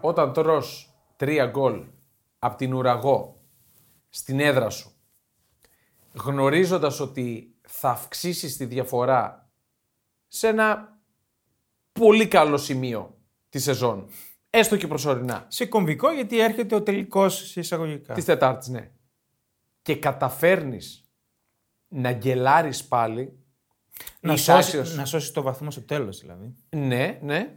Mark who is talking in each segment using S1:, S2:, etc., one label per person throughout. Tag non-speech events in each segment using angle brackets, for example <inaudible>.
S1: όταν τρως τρία γκολ από την ουραγό στην έδρα σου, γνωρίζοντας ότι θα αυξήσεις τη διαφορά σε ένα πολύ καλό σημείο τη σεζόν, έστω και προσωρινά,
S2: Σε κομβικό γιατί έρχεται ο τελικός εισαγωγικά.
S1: της Τετάρτης, ναι, και καταφέρνεις να γκελάρεις πάλι,
S2: Να, ναι.
S1: είσαι
S2: σώσει,
S1: άξιος.
S2: να σώσεις το βαθμό στο τέλος δηλαδή.
S1: ναι, ναι,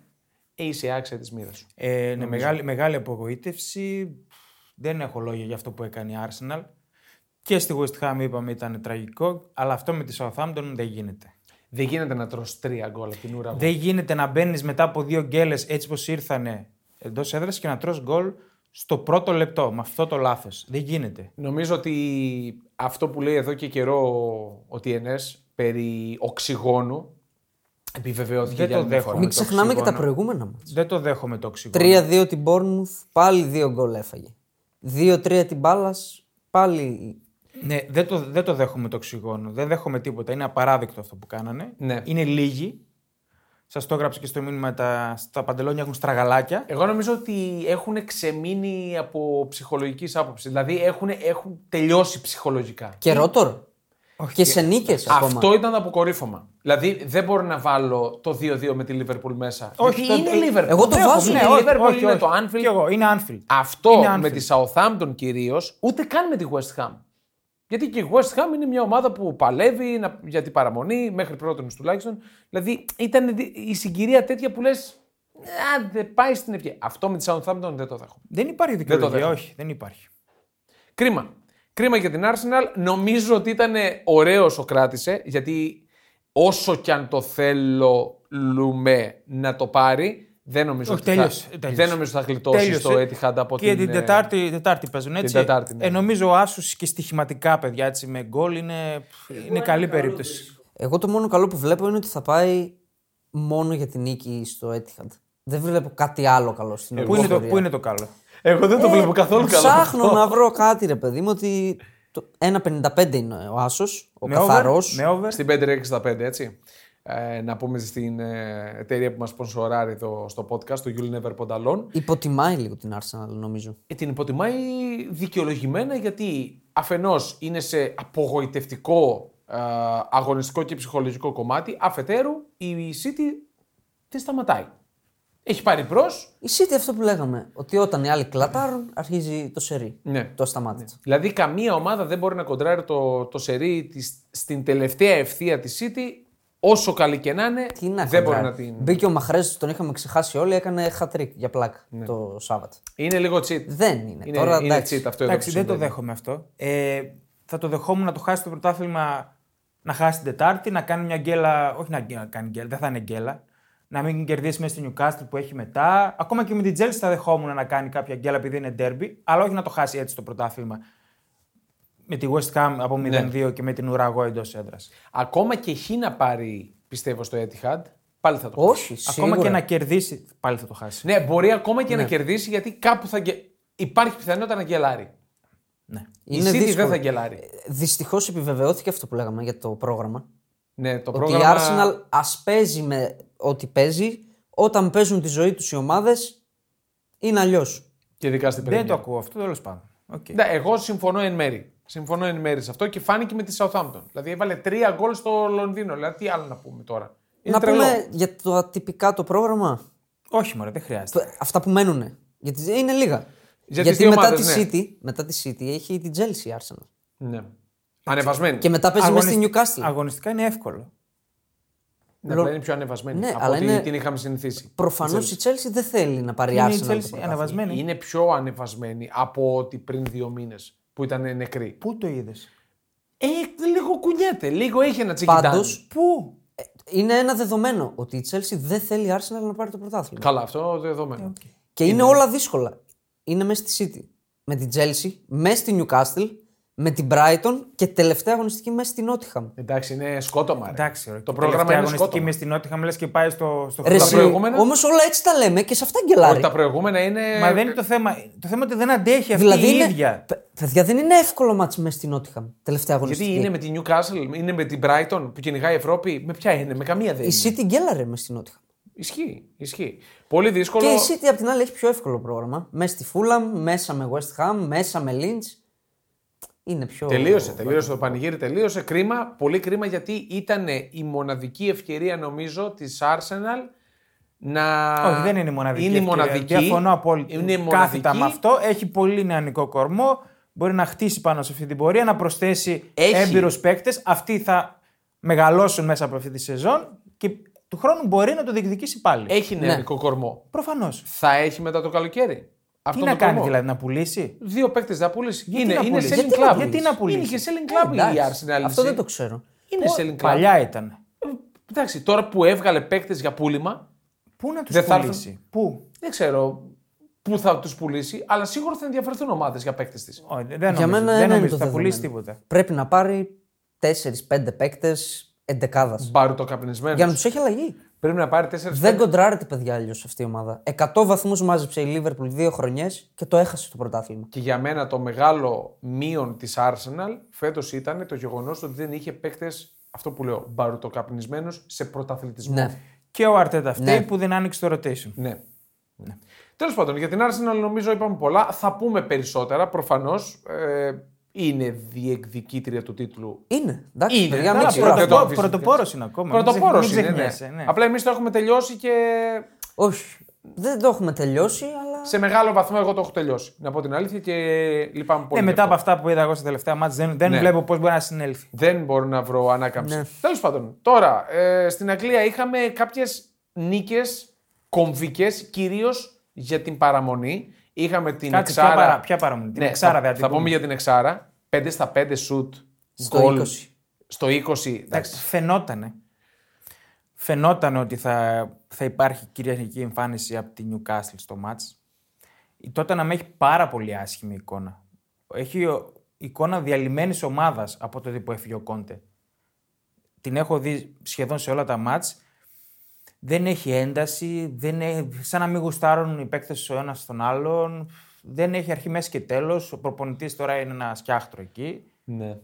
S1: ε, είσαι άξια της μοίρας σου.
S2: Ε, ναι, μεγάλη, μεγάλη απογοήτευση. Δεν έχω λόγια για αυτό που έκανε η Arsenal. Και στη West Ham είπαμε ήταν τραγικό, αλλά αυτό με τη Southampton δεν γίνεται.
S1: Δεν γίνεται να τρως τρία γκολ από την ουραγό.
S2: Δεν γίνεται να μπαίνεις μετά από δύο γκέλες έτσι όπω ήρθανε εντός έδρας και να τρως γκολ στο πρώτο λεπτό με αυτό το λάθος. Δεν γίνεται.
S1: Νομίζω ότι αυτό που λέει εδώ και καιρό ο- ο TNS περί οξυγόνου επιβεβαιώθηκε
S2: Δεν
S1: για
S2: το
S1: άλλη μια
S2: δέχομαι.
S1: φορά.
S2: Με
S3: Μην
S2: το
S3: ξεχνάμε και τα
S2: οξυγόνο.
S3: προηγούμενα μας.
S2: Δεν το δέχομαι το οξυγόνο.
S3: 3-2 την Bournemouth, πάλι δύο γκολ έφαγε. 2-3 την Μπάλα, πάλι.
S2: Ναι, δεν το, δεν το δέχομαι το οξυγόνο. Δεν δέχομαι τίποτα. Είναι απαράδεκτο αυτό που κάνανε.
S1: Ναι.
S2: Είναι λίγοι. Σας το έγραψα και στο μήνυμα. Τα, στα παντελόνια έχουν στραγαλάκια.
S1: Εγώ νομίζω ότι έχουν ξεμείνει από ψυχολογικής άποψης. Δηλαδή έχουν, έχουν τελειώσει ψυχολογικά.
S3: Και ρότορ. Και σε νίκες ακόμα.
S1: Αυτό ήταν το αποκορύφωμα. Δηλαδή δεν μπορώ να βάλω το 2-2 με τη Λίβερπουλ μέσα.
S2: Όχι,
S1: Γιατί
S2: το-
S1: είναι η Liverpool.
S3: εγώ το
S1: Δέχομαι.
S3: βάζω.
S1: Είναι
S3: Ναι,
S1: η
S2: όχι,
S1: Liverpool,
S2: όχι,
S1: είναι
S2: όχι.
S1: το
S2: Κι
S1: Anfield.
S2: εγώ, είναι Anfield.
S1: Αυτό
S2: Είναι
S1: με
S2: Anfield.
S1: τη Southampton κυρίως, ούτε καν με τη West Ham. Γιατί και η West Ham είναι μια ομάδα που παλεύει να- για την παραμονή, μέχρι πρώτον τουλάχιστον. Δηλαδή ήταν δι- η συγκυρία τέτοια που λες. Α, δεν πάει στην ευκαιρία. Αυτό με τη Southampton δεν το δέχομαι.
S2: Δεν υπάρχει
S1: Δεν το
S2: δικαιολογία.
S1: δέχομαι.
S2: όχι, δεν υπάρχει.
S1: Κρίμα. Κρίμα για την Arsenal. Νομίζω ότι ήταν ωραίο ο κράτησε, γιατί όσο κι αν το θέλουμε να το πάρει, δεν νομίζω,
S2: Όχι,
S1: ότι,
S2: τέλειωσε,
S1: θα,
S2: τέλειωσε.
S1: δεν νομίζω θα γλιτώσει
S2: Τέλειωσε.
S1: το Etihad από
S2: και την,
S1: ε,
S2: Τετάρτη, Τετάρτη παίζουν έτσι.
S1: Τετάρτη, ναι.
S2: ε, νομίζω ο Άσου και στοιχηματικά παιδιά έτσι, με γκολ είναι, είναι καλή περίπτωση.
S3: Εγώ το μόνο καλό που βλέπω είναι ότι θα πάει μόνο για την νίκη στο Etihad. Δεν βλέπω κάτι άλλο καλό στην
S2: Ε, Πού είναι, το,
S3: ιστορία.
S2: πού είναι το καλό. Ε,
S1: Εγώ δεν το βλέπω καθόλου καλό.
S3: Ψάχνω να βρω κάτι, ρε παιδί μου, ότι. το 1,55 είναι ο Άσος, ο καθαρός.
S2: με over.
S1: Στην 565, έτσι. Ε, να πούμε στην ε, εταιρεία που μας σπονσοράρει το, στο podcast, το You'll Never Pond Alone.
S3: Υποτιμάει λίγο την Arsenal, νομίζω.
S1: Ε, την υποτιμάει δικαιολογημένα γιατί αφενός είναι σε απογοητευτικό ε, αγωνιστικό και ψυχολογικό κομμάτι, αφετέρου η City τη σταματάει. Έχει πάρει μπρος,
S3: Η City αυτό που λέγαμε, ότι όταν οι άλλοι κλατάρουν, αρχίζει το σερί.
S1: Ναι.
S3: Το σταμάτησε.
S1: Δηλαδή, καμία ομάδα δεν μπορεί να κοντράρει το, το σερί της, στην τελευταία ευθεία της City. Όσο καλή και να είναι,
S3: Τι να
S1: Ναι. δεν μπορεί
S3: χοντράρει.
S1: να την.
S3: Μπήκε ο Μαχρέ, τον είχαμε ξεχάσει όλοι, έκανε χατρίκ για πλάκα το Σάββατο.
S1: Είναι λίγο cheat.
S3: Δεν είναι.
S1: Ναι. Είναι,
S3: Τώρα
S1: είναι
S3: εντάξει.
S1: cheat αυτό εδώ
S2: Εντάξει,
S1: που
S2: δεν το
S1: συμβαίνει.
S2: δέχομαι αυτό. Ε, θα το δεχόμουν να το χάσει το πρωτάθλημα, να χάσει την Τετάρτη, να κάνει μια γκέλα. Όχι να γκ- να κάνει γκέλα, δεν θα είναι γκέλα. Να μην κερδίσει μέσα στην Newcastle που έχει μετά. Ακόμα και με την Chelsea θα δεχόμουν να κάνει κάποια γκέλα επειδή είναι derby, αλλά όχι να το χάσει έτσι το πρωτάθλημα. Με τη West Ham
S3: Ναι.
S2: από 0-2 και με την Ουραγό εντός έδρας.
S1: Ακόμα και χ να πάρει, πιστεύω, στο Etihad, πάλι θα το χάσει.
S3: Όχι, σίγουρα.
S2: Ακόμα και να κερδίσει, πάλι θα το χάσει.
S1: Ναι, μπορεί ακόμα και να κερδίσει γιατί κάπου θα. γε- Υπάρχει πιθανότητα να γκελάρει.
S3: είναι
S1: η City
S3: δύσκολο.
S1: δεν θα γκελάρει.
S3: Δυστυχώς επιβεβαιώθηκε αυτό που λέγαμε για το πρόγραμμα.
S1: Ναι, το
S3: Ότι η
S1: πρόγραμμα.
S3: Arsenal ας παίζει με ό,τι παίζει. Όταν παίζουν τη ζωή τους οι ομάδες, είναι αλλιώς.
S1: Και ειδικά
S3: Ναι,
S1: στην
S2: Δεν το
S1: Premier.
S2: ακούω αυτό, τέλος πάντων. Οκ.
S1: Ναι, εγώ συμφωνώ εν μέρη. Συμφωνώ εν μέρη σε αυτό και φάνηκε με τη Southampton. Δηλαδή έβαλε τρία γκολ στο Λονδίνο. Δηλαδή τι άλλο να πούμε τώρα. Είναι
S3: Να
S1: τρελό.
S3: πούμε για το ατυπικά το πρόγραμμα.
S2: Όχι, μωρέ, δεν χρειάζεται.
S3: Το- αυτά που μένουν. Γιατί είναι λίγα.
S1: Για τις
S3: Γιατί
S1: δύο
S3: μετά,
S1: ομάδες,
S3: τη
S1: ναι.
S3: City, μετά τη City έχει την Chelsea η Arsenal.
S1: Ναι. Ανεβασμένη.
S3: Και μετά παίζει μέσα στη
S2: Αγωνιστικά-
S3: Newcastle.
S2: Αγωνιστικά είναι εύκολο.
S1: Ναι, απλά είναι πιο ανεβασμένη
S3: Ναι,
S1: από
S3: αλλά
S1: ό,τι
S3: είναι-
S1: την είχαμε συνηθίσει.
S3: Προφανώς η Chelsea δεν θέλει να πάρει
S2: Είναι η
S3: Arsenal. το
S2: Chelsea
S3: πρωτάθλημα.
S2: ανεβασμένη.
S1: Είναι πιο ανεβασμένη από ό,τι πριν δύο μήνες που ήταν νεκρή.
S2: Πού το είδες.
S1: Ε, λίγο κουνιέται, λίγο έχει ένα τσικιτάνι.
S3: Πάντως, ε,
S2: Πού.
S3: Είναι ένα δεδομένο ότι η Chelsea δεν θέλει η Arsenal να πάρει το πρωτάθλημα.
S1: Καλά, αυτό δεδομένο.
S3: Και είναι όλα δύσκολα. Είναι μέσα στη City. Με την Chelsea, μέσα στη Newcastle, με την Brighton και τελευταία αγωνιστική μέσα στη Nottingham.
S1: Εντάξει, είναι σκότωμα. ρε.
S2: Εντάξει, ρε.
S1: το
S2: Και
S1: πρόγραμμα
S2: τελευταία
S1: είναι
S2: αγωνιστική
S1: σκότωμα.
S2: μες στην Νότια, λες και πάει στο, στο
S3: Ρε,
S2: χρόνο.
S3: εσύ,
S1: προηγούμενα-
S3: όμως όλα έτσι τα λέμε και σε αυτά γκελάρει.
S1: Όχι, τα προηγούμενα είναι.
S2: Μα δεν είναι το θέμα. Το θέμα είναι ότι δεν αντέχει αυτή
S3: Δηλαδή
S2: η
S3: είναι...
S2: ίδια.
S3: Παι- Παιδιά, δεν είναι εύκολο μάτς μέσα στη Nottingham. Τελευταία αγωνιστική.
S1: Γιατί είναι με τη Newcastle, είναι με την Brighton που κυνηγάει η Ευρώπη. Με ποια είναι, με καμία δεν
S3: Η
S1: είναι.
S3: City γκέλαρε μέσα στη Nottingham.
S1: Ισχύει. Ισχύει. Πολύ δύσκολο.
S3: Και η City απ' την άλλη έχει πιο εύκολο πρόγραμμα. Μέσα στη Fulham, μέσα με West Ham, μέσα με Lynch. Είναι πιο.
S1: Τελείωσε, τελείωσε το πανηγύρι, τελείωσε. Κρίμα, πολύ κρίμα γιατί ήταν η μοναδική ευκαιρία νομίζω της Arsenal να.
S2: Όχι, δεν είναι η μοναδική.
S1: Είναι η
S2: ευκαιρία.
S1: μοναδική.
S2: Διαφωνώ απόλυτα.
S1: Είναι η
S2: Κάθετα
S1: μοναδική.
S2: με αυτό. Έχει πολύ νεανικό κορμό. Μπορεί να χτίσει πάνω σε αυτή την πορεία, να προσθέσει
S1: Έχει.
S2: έμπειρους παίκτες. Αυτοί θα μεγαλώσουν μέσα από αυτή τη σεζόν και του χρόνου μπορεί να το διεκδικήσει πάλι.
S1: Έχει νεανικό κορμό.
S2: Προφανώς.
S1: Θα έχει μετά το καλοκαίρι.
S2: Τι
S1: Αυτό
S2: να
S1: το
S2: κάνει
S1: κορμό.
S2: δηλαδή, να πουλήσει.
S1: Δύο παίκτες να πουλήσει.
S2: Γιατί
S1: είναι
S2: να
S1: είναι
S2: πουλήσει?
S1: selling
S2: Γιατί
S1: club.
S2: να- γιατί να πουλήσει?
S1: Είναι και selling
S3: Ε,
S1: club η
S3: εντάξει.
S1: Arsenal.
S3: Αυτό
S1: έτσι.
S3: δεν το ξέρω.
S1: Είναι selling club.
S2: Παλιά ήταν.
S1: Ε, Εντάξει, τώρα που έβγαλε παίκτες για πούλημα,
S2: Πού να τους
S1: Δεν θα
S2: πουλήσει. Πού.
S1: δεν ξέρω πού θα τους πουλήσει, αλλά σίγουρα θα ενδιαφερθούν ομάδες για παίκτες της.
S2: Όχι, δεν
S3: Για
S2: νομίζω,
S3: μένα
S2: δεν
S3: ένα είναι
S2: νομίζω
S3: το
S2: ότι θα πουλήσει
S3: δεδομένο.
S2: τίποτα.
S3: Πρέπει να πάρει 4-5 παίκτες εντεκάδας.
S1: Μπαρουτοκαπνισμένο.
S3: Για να τους έχει αλλαγή.
S1: Πρέπει να πάρει τέσσερις
S3: Δεν κοντράρεται, παιδιά, αλλιώς αυτή η ομάδα. 100 βαθμούς μάζεψε η Λίβερπουλ δύο χρονιές και το έχασε το πρωτάθλημα.
S1: Και για μένα το μεγάλο μείον της Arsenal φέτος ήταν το γεγονός ότι δεν είχε παίκτες, αυτό που λέω, μπαρουτοκαπνισμένου σε πρωταθλητισμό.
S3: Ναι.
S2: Και ο Αρτέτα αυτή
S3: Ναι.
S2: που δεν άνοιξε το rotation.
S1: Ναι. Τέλος πάντων, για την Arsenal νομίζω είπαμε πολλά. Θα πούμε περισσότερα. Προφανώς ε, είναι διεκδικήτρια του τίτλου.
S3: Είναι. Εντάξει,
S1: Είναι,
S3: παιδιά,
S1: ναι,
S3: μην
S1: αλλά
S3: ξεχνάμε.
S1: πρώτα-
S2: Πρωτοπόρο
S1: αφήσεις,
S2: πρωτοπόρος είναι ακόμα. μην ξεχ-
S1: Πρωτοπόρο
S2: μην
S1: είναι. ναι.
S2: ξεχνιέσαι, ναι.
S1: Απλά εμείς το έχουμε τελειώσει και
S3: Όχι. Δεν το έχουμε τελειώσει, αλλά.
S1: σε μεγάλο βαθμό εγώ το έχω τελειώσει. Να πω την αλήθεια και λυπάμαι πολύ. γι'
S2: Ναι, μετά
S1: αυτό.
S2: από αυτά που είδα εγώ στα τελευταία μάτια, δεν, δεν
S1: Ναι.
S2: βλέπω πώς μπορεί να συνέλθει.
S1: Δεν μπορώ να βρω ανάκαμψη.
S3: Ναι.
S1: Τέλος πάντων, τώρα ε, στην Αγγλία είχαμε κάποιες νίκες κομβικές, κυρίως για την παραμονή. Είχαμε την
S2: Κάτσε, ποια,
S1: Εξάρα.
S2: παρα, ποια παραμονή. Την
S1: Ναι,
S2: εξάρα,
S1: θα,
S2: δηλαδή.
S1: θα πούμε για την Εξάρα. 5 στα 5 σουτ.
S3: Στο 20.
S1: Στο 20.
S2: Εντάξει,
S1: Εντάξει.
S2: φαινότανε. Φαινότανε ότι θα, θα υπάρχει κυριαρχική εμφάνιση από τη Newcastle στο μάτς. Η Tottenham έχει πάρα πολύ άσχημη εικόνα. Έχει ο- εικόνα διαλυμένης ομάδας από τότε που έφυγε ο Κόντε. Την έχω δει σχεδόν σε όλα τα μάτς. Δεν έχει ένταση, δεν έ- σαν να μην γουστάρουν οι παίκτες ο ένας τον άλλον. Δεν έχει αρχή, μέση και τέλος. Ο προπονητής τώρα είναι ένα σκιάχτρο εκεί.
S1: Ναι.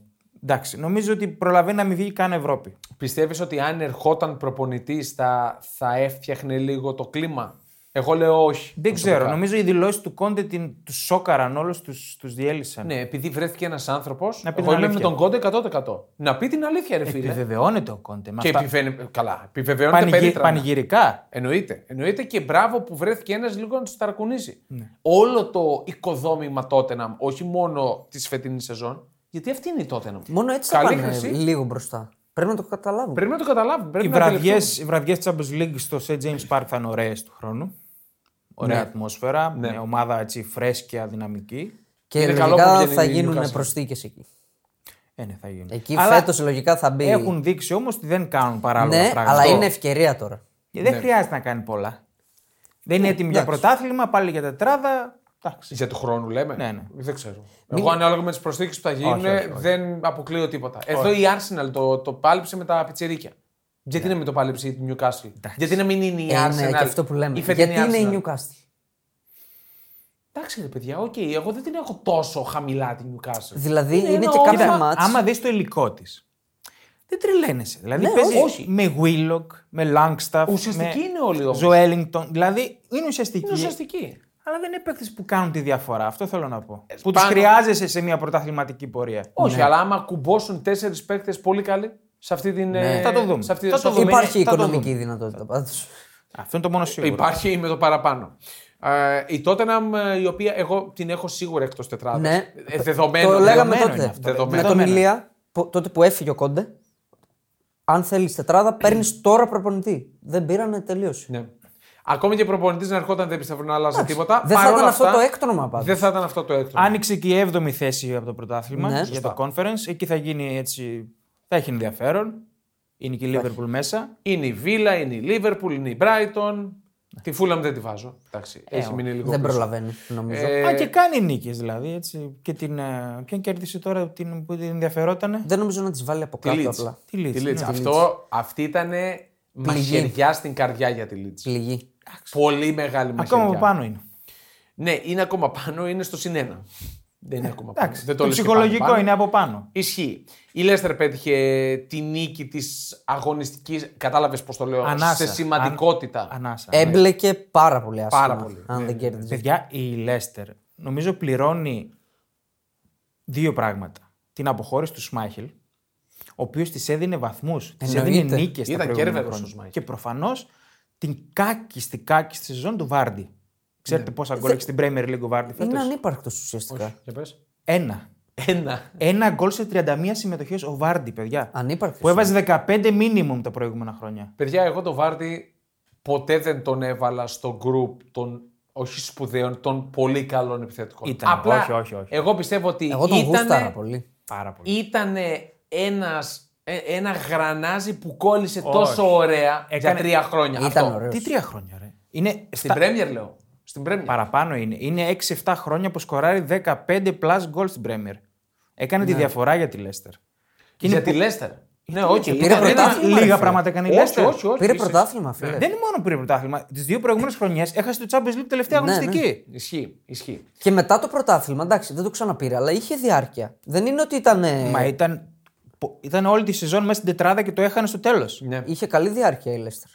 S2: Εντάξει, νομίζω ότι προλαβαίνει να μην βγει καν Ευρώπη.
S1: Πιστεύεις ότι αν ερχόταν προπονητής θα, θα έφτιαχνε λίγο το κλίμα. Εγώ λέω όχι.
S2: Δεν
S1: προσωπικά.
S2: ξέρω. Νομίζω οι δηλώσεις του Κόντε την, τους σόκαραν όλους, τους τους διέλυσαν.
S1: Ναι, επειδή βρέθηκε ένας άνθρωπος.
S2: Να πει
S1: Εγώ
S2: την
S1: είμαι με
S2: αλήθεια. Ε,
S1: τον Κόντε 100%. Να πει την αλήθεια, ρε φίλε.
S2: Επιβεβαιώνεται ο Κόντε. Με
S1: Και ναι.
S2: αυτά.
S1: επιβαίνει... Καλά, επιβεβαιώνεται
S2: Πανηγυ-
S1: περίτρανα.
S2: Πανηγυρικά.
S1: Εννοείται. Εννοείται και μπράβο που βρέθηκε ένας λίγο να τους ταρακουνήσει.
S3: Ναι.
S1: Όλο το οικοδόμημα Τότεναμ, όχι μόνο της φετινής σεζόν, γιατί αυτή είναι η Τότεναμ.
S3: Μόνο έτσι θα ε,
S1: Καλή
S3: πάμε
S1: χρυσή.
S3: λίγο μπροστά. Πρέπει να το καταλάβουμε.
S1: Πρέπει να το καταλάβουμε. Πρέπει
S2: Οι
S1: να
S2: βραδιές
S1: αντιληφθούμε.
S2: οι βραδιές της Champions League στο St. James Park θα είναι ωραίες του χρόνου. Ωραία
S1: Ναι.
S2: ατμόσφαιρα.
S1: Ναι.
S2: Μια ομάδα έτσι φρέσκια, δυναμική.
S3: Και
S1: είναι καλό που
S3: λογικά θα
S1: βγαίνει η
S3: γίνουν
S1: Newcastle.
S3: προστίκε εκεί.
S2: Ε, ναι, θα γίνουν.
S3: Εκεί
S2: Αλλά
S3: φέτος λογικά θα μπει.
S2: έχουν δείξει όμως ότι δεν κάνουν παράλογα
S3: Ναι,
S2: πράγματα.
S3: αλλά είναι ευκαιρία τώρα.
S2: Και δεν χρειάζεται να κάνει πολλά. Δεν είναι έτοιμη για
S3: εντάξει.
S2: πρωτάθλημα, πάλι για τετράδα. Εντάξει.
S1: Για του χρόνου λέμε.
S2: Ναι, ναι.
S1: Δεν ξέρω. Εγώ ανάλογα με τις προσθήκες που θα γίνουν
S2: Όχι, όχι, όχι.
S1: δεν αποκλείω τίποτα. Εδώ η Arsenal το, το πάλεψε με τα πιτσερίκια. Γιατί να μην το πάλεψε η Newcastle. Γιατί να μην είναι η
S3: Ναι. Ε,
S1: Arsenal.
S3: είναι και αυτό που λέμε.
S1: η φετινή
S3: Γιατί είναι
S1: Arsenal.
S3: η Newcastle.
S1: Εντάξει ρε παιδιά, οκ, εγώ δεν την έχω τόσο χαμηλά την Newcastle.
S3: Δηλαδή είναι,
S1: ένα
S3: και
S1: όραμα.
S3: κάποια
S2: Κοίτα,
S3: μάτς.
S2: άμα δεις το υλικό της, δεν τρελαίνεσαι. Δηλαδή
S3: Ναι,
S2: παίζεις
S1: όχι.
S2: με Willock, με Langstaff,
S1: Ουσιαστική
S2: με
S1: είναι όλοι όμως.
S2: Joelinton. Δηλαδή είναι ουσιαστική,
S1: Είναι
S3: Ναι.
S1: ουσιαστική.
S2: αλλά δεν είναι παίκτες που κάνουν τη διαφορά. Αυτό θέλω να πω. που τους
S1: Ε, πάνω-
S2: χρειάζεσαι σε μια πρωταθληματική πορεία.
S1: Όχι, αλλά άμα κουμπώσουν τέσσερις παίκτες πολύ καλοί σε αυτή την.
S3: Ναι.
S1: ε,
S2: Θα το δούμε.
S1: Σε αυτή,
S2: Θα
S1: σε
S2: το
S1: αυτή-
S2: δούμε.
S3: Υπάρχει
S2: είναι- θα το
S3: οικονομική δυνατότητα πάντως.
S2: Αυτό είναι το μόνο σίγουρο.
S1: Ε, Υπάρχει με το παραπάνω. Ε, η Tottenham, ε, η οποία εγώ την έχω σίγουρα εκτός τετράδας.
S3: Ναι.
S1: Ε, δεδομένο.
S3: Το λέγαμε
S2: δεδομένο είναι
S3: τότε.
S2: αυτό.
S1: Δεδομένο.
S3: Με τον
S2: Δεδομένο.
S3: Ηλία, πο- τότε που έφυγε ο Κόντε, αν θέλεις τετράδα, παίρνεις τώρα προπονητή. Δεν πήρανε τελείωσε.
S1: Ναι. Ακόμη και προπονητής να ερχόταν δεν πιστεύω να άλλαζε τίποτα.
S3: Δεν θα
S1: Παρ' όλα
S3: ήταν αυτό
S1: αυτά,
S3: το έκτονομα πάντως.
S1: Δεν θα ήταν αυτό το έκτο.
S2: Άνοιξε και η 7η θέση από το πρωτάθλημα
S3: Ναι.
S2: για το conference. Εκεί θα γίνει έτσι. Θα έχει ενδιαφέρον. Είναι και η Liverpool μέσα.
S1: Είναι η Βίλα, είναι η Λίβερπουλ, είναι η Μπράιτον. Τη Φούλαμ δεν τη βάζω. Εντάξει, έχει μείνει λίγο.
S3: Δεν
S1: πίσω.
S3: προλαβαίνει, νομίζω.
S1: Ε,
S2: Ε, Α, και κάνει νίκες δηλαδή. Έτσι. Και την, ε, ποιον κέρδισε τώρα την, που την ενδιαφερότανε.
S3: Δεν νομίζω να τις βάλει από
S1: Τη
S3: κάτω
S1: Leeds.
S3: απλά.
S2: Τη Leeds,
S1: Τη
S2: ναι.
S1: Leeds. Αυτό, αυτή ήταν μαχαιριά στην καρδιά για τη Λίτς.
S3: Πληγή.
S1: Πολύ μεγάλη μαχαιριά.
S2: Ακόμα από πάνω είναι.
S1: Ναι, είναι ακόμα πάνω, είναι στο συνένα. Δεν είναι ακόμα πάνω.
S2: Εντάξει,
S1: Δεν
S2: το
S1: λες και
S2: ψυχολογικό
S1: πάνω πάνω.
S2: είναι από πάνω.
S1: Ισχύει. Η Λέστερ πέτυχε τη νίκη της αγωνιστικής. Κατάλαβες πώς το λέω.
S2: Ανάσα.
S1: Σε σημαντικότητα.
S2: Ανάσα.
S3: Ε,
S2: ναι.
S3: Έμπλεκε πάρα πολύ άσχημα.
S1: Πάρα πολύ. ναι,
S3: Αν δεν κέρδιζε.
S2: Παιδιά, η Λέστερ νομίζω πληρώνει δύο πράγματα. Την αποχώρηση του Σμάχελ, ο οποίος της έδινε βαθμούς, της έδινε
S3: Εννοείται.
S2: νίκες τα
S1: Ήταν
S2: προηγούμενα
S1: κέρβερος
S2: χρόνια.
S1: ο Σμάχελ.
S2: Και προφανώς την κάκιστη κάκιστη σεζόν του Βάρντι. Ξέρετε
S1: Ναι.
S2: πόσα γκολ έχει στην Premier League ο Βάρντι
S3: Είναι
S2: φέτος.
S3: ανύπαρκτος ουσιαστικά.
S1: Για πες.
S2: Ένα.
S1: Ένα.
S2: Ένα γκολ σε 31 συμμετοχέ ο Βάρντι, παιδιά.
S3: Ανύπαρκτος.
S2: Που έβαζε 15 μίνιμουμ τα προηγούμενα χρόνια.
S1: Παιδιά, εγώ το Βάρτι ποτέ δεν τον έβαλα στο group των όχι σπουδαίων, των πολύ καλών επιθετικών.
S2: Ήταν, όχι, όχι, όχι.
S1: Εγώ πιστεύω ότι
S3: Εγώ τον γούσταρα
S1: ήταν
S3: πολύ.
S2: Πάρα πολύ.
S1: ήτανε ένας, ε, ένα γρανάζι που κόλλησε
S2: Όχι.
S1: τόσο ωραία
S2: Έκανε-
S1: για τρία χρόνια.
S3: Ήταν
S1: Ναι, Αυτό.
S3: ωραίος.
S2: Τι τρία χρόνια, ρε. Είναι
S1: Στην
S2: στα...
S1: Πρέμιερ λέω. Στην Πρέμιερ.
S2: Παραπάνω είναι. Είναι 6-7 χρόνια που σκοράρει 15 plus γκολ στην Πρέμιερ. Έκανε τη διαφορά για τη Λέστερ. Και είναι
S1: Ναι. Για
S2: που-
S1: τη Λέστερ. Ναι, όχι.
S3: πήρε
S1: ήταν ένα-
S3: πρωτάθλημα, ρε,
S2: Λίγα
S3: φίλε.
S2: πράγματα έκανε η
S1: Όχι,
S2: Λέστερ.
S1: όχι, όχι.
S3: Πήρε
S1: Είσαι- Ναι.
S3: πρωτάθλημα, φίλε.
S2: Δεν είναι μόνο πήρε πρωτάθλημα. Τις δύο προηγούμενες χρονιές έχασε το Champions League τελευταία
S3: Ναι, ναι.
S2: αγωνιστική.
S1: Ισχύει, ισχύει.
S3: Και μετά το πρωτάθλημα, εντάξει, δεν το ξαναπήρε, αλλά είχε διάρκεια. Δεν είναι ότι ήταν. ε,
S1: ναι.
S2: Μα ήταν, πο- ήταν όλη τη σεζόν μέσα στην τετράδα και το έχανε στο τέλος.
S1: Ναι.
S3: Είχε καλή διάρκεια η Λέστερ.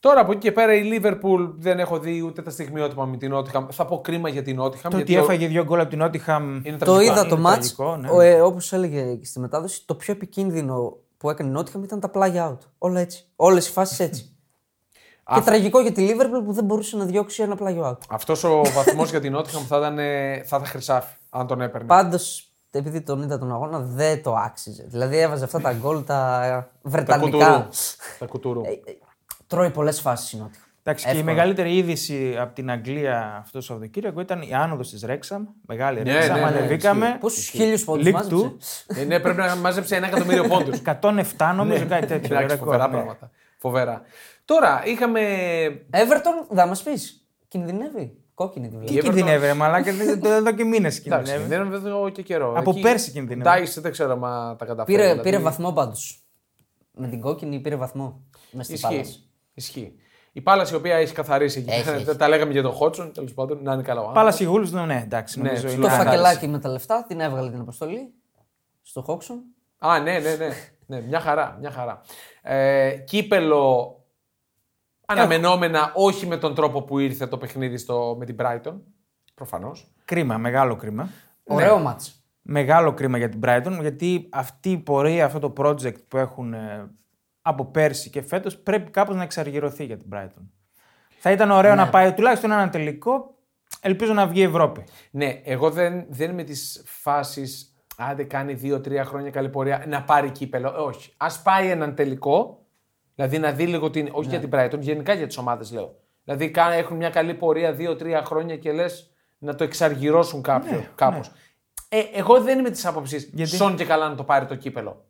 S1: Τώρα από εκεί και πέρα η Λίβερπουλ δεν έχω δει ούτε τα στιγμιότυπα με την Νότιχαμ. Θα πω κρίμα για την Νότιχαμ.
S2: Το ότι έφαγε δύο γκολ από την Νότιχαμ.
S1: Είναι
S3: Το
S1: τραγικό.
S3: είδα το
S2: είναι
S3: μάτ.
S2: τραγικό, ναι.
S3: Ε, Όπως έλεγε και στη μετάδοση, το πιο επικίνδυνο που έκανε η Νότιχαμ ήταν τα play out. Όλα έτσι. Όλες οι φάσεις έτσι. και τραγικό για τη Λίβερπουλ που δεν μπορούσε να διώξει ένα play out.
S1: Αυτός ο βαθμός για την Νότιχαμ θα ήταν, ε, θα ήταν χρυσάφι, αν τον έπαιρνε.
S3: Πάντως, επειδή τον είδα τον αγώνα, δεν το άξιζε. Δηλαδή, έβαζε αυτά τα γκολ τα ε,
S1: Τα κουτουρού.
S3: <laughs> βρετανικά. Ε,
S1: Τα κουτουρού.
S3: Τρώει πολλές φάσεις η Νότιχαμ.
S2: Εντάξει, και η μεγαλύτερη είδηση από την Αγγλία αυτό το Σαββατοκύριακο ήταν η άνοδος της Ρέξαμ. Μεγάλη
S1: Ναι,
S2: Ρέξαμ.
S1: ναι, ναι,
S2: Ανεβήκαμε.
S3: Πόσου χίλιους πόντους
S2: Ε, League
S3: μάζεψε.
S2: two.
S1: Ε, ναι, πρέπει να μάζεψε ένα εκατομμύριο πόντους.
S2: <laughs> 107 νομίζω κάτι τέτοιο.
S1: Ναι. Εντάξει,
S2: ρεκόρ,
S1: φοβερά
S2: ναι.
S1: πράγματα. Φοβερά. Τώρα είχαμε.
S3: Εύερτον, θα μας πεις. Κινδυνεύει. Κόκκινη τη
S2: Τι
S3: βλέπω.
S1: Everton-
S2: κινδυνεύει, ρε μαλάκα, δεν- το- εδώ και μήνες
S1: Εντάξει,
S2: κινδυνεύει.
S1: δεν δεν έχω και καιρό.
S2: Από
S1: Εκεί-
S2: πέρσι κινδυνεύει.
S1: Τάισε, δεν ξέρω αν τα καταφέρει.
S3: Πήρε,
S1: δηλαδή.
S3: πήρε βαθμό πάντως. Με την κόκκινη πήρε βαθμό. Μες στην Πάλας.
S1: Ισχύει. Ισχύει. Η πάλαση η οποία έχει καθαρίσει εκεί.
S3: Έχει,
S1: <laughs>
S3: έχει.
S1: Τα λέγαμε για τον Χότσον, τέλος πάντων, να είναι καλά. ο άνθρωπος.
S2: Πάλα Σιγούλου, ναι, εντάξει, νομίζω
S1: ψηλό
S2: είναι
S3: Το
S1: Καλά,
S2: κατάλληλο.
S3: φακελάκι με τα λεφτά την έβγαλε την αποστολή. Στο Χόξον.
S1: Α, ναι, ναι, ναι. ναι μια χαρά, μια χαρά. Ε, κύπελο αναμενόμενα, όχι με τον τρόπο που ήρθε το παιχνίδι στο, με την Brighton, προφανώς.
S2: Κρίμα, μεγάλο κρίμα.
S3: Ωραίο μάτς.
S2: Μεγάλο κρίμα για την Brighton, γιατί αυτή η πορεία, αυτό το project που έχουν ε, από πέρσι και φέτος πρέπει κάπως να εξαργυρωθεί για την Brighton. Θα ήταν ωραίο να πάει τουλάχιστον ένα τελικό. Ελπίζω να βγει η Ευρώπη.
S1: Ναι, εγώ δεν, δεν με τις φάσεις, άντε κάνει δύο-τρία χρόνια καλή πορεία, να πάρει κύπελο. Ε, όχι. Ας πάει έναν τελικό, δηλαδή να δει λίγο την, όχι
S2: Ναι.
S1: για την Brighton, γενικά για τις ομάδες λέω. Δηλαδή κα- έχουν μια καλή πορεία δύο-τρία χρόνια και λες να το εξαργυρώσουν κάποιο, κάπως. Ε, εγώ δεν είμαι της άποψης.
S2: Ναι, Γιατί?
S1: Σον και καλά να το πάρει το κύπελο.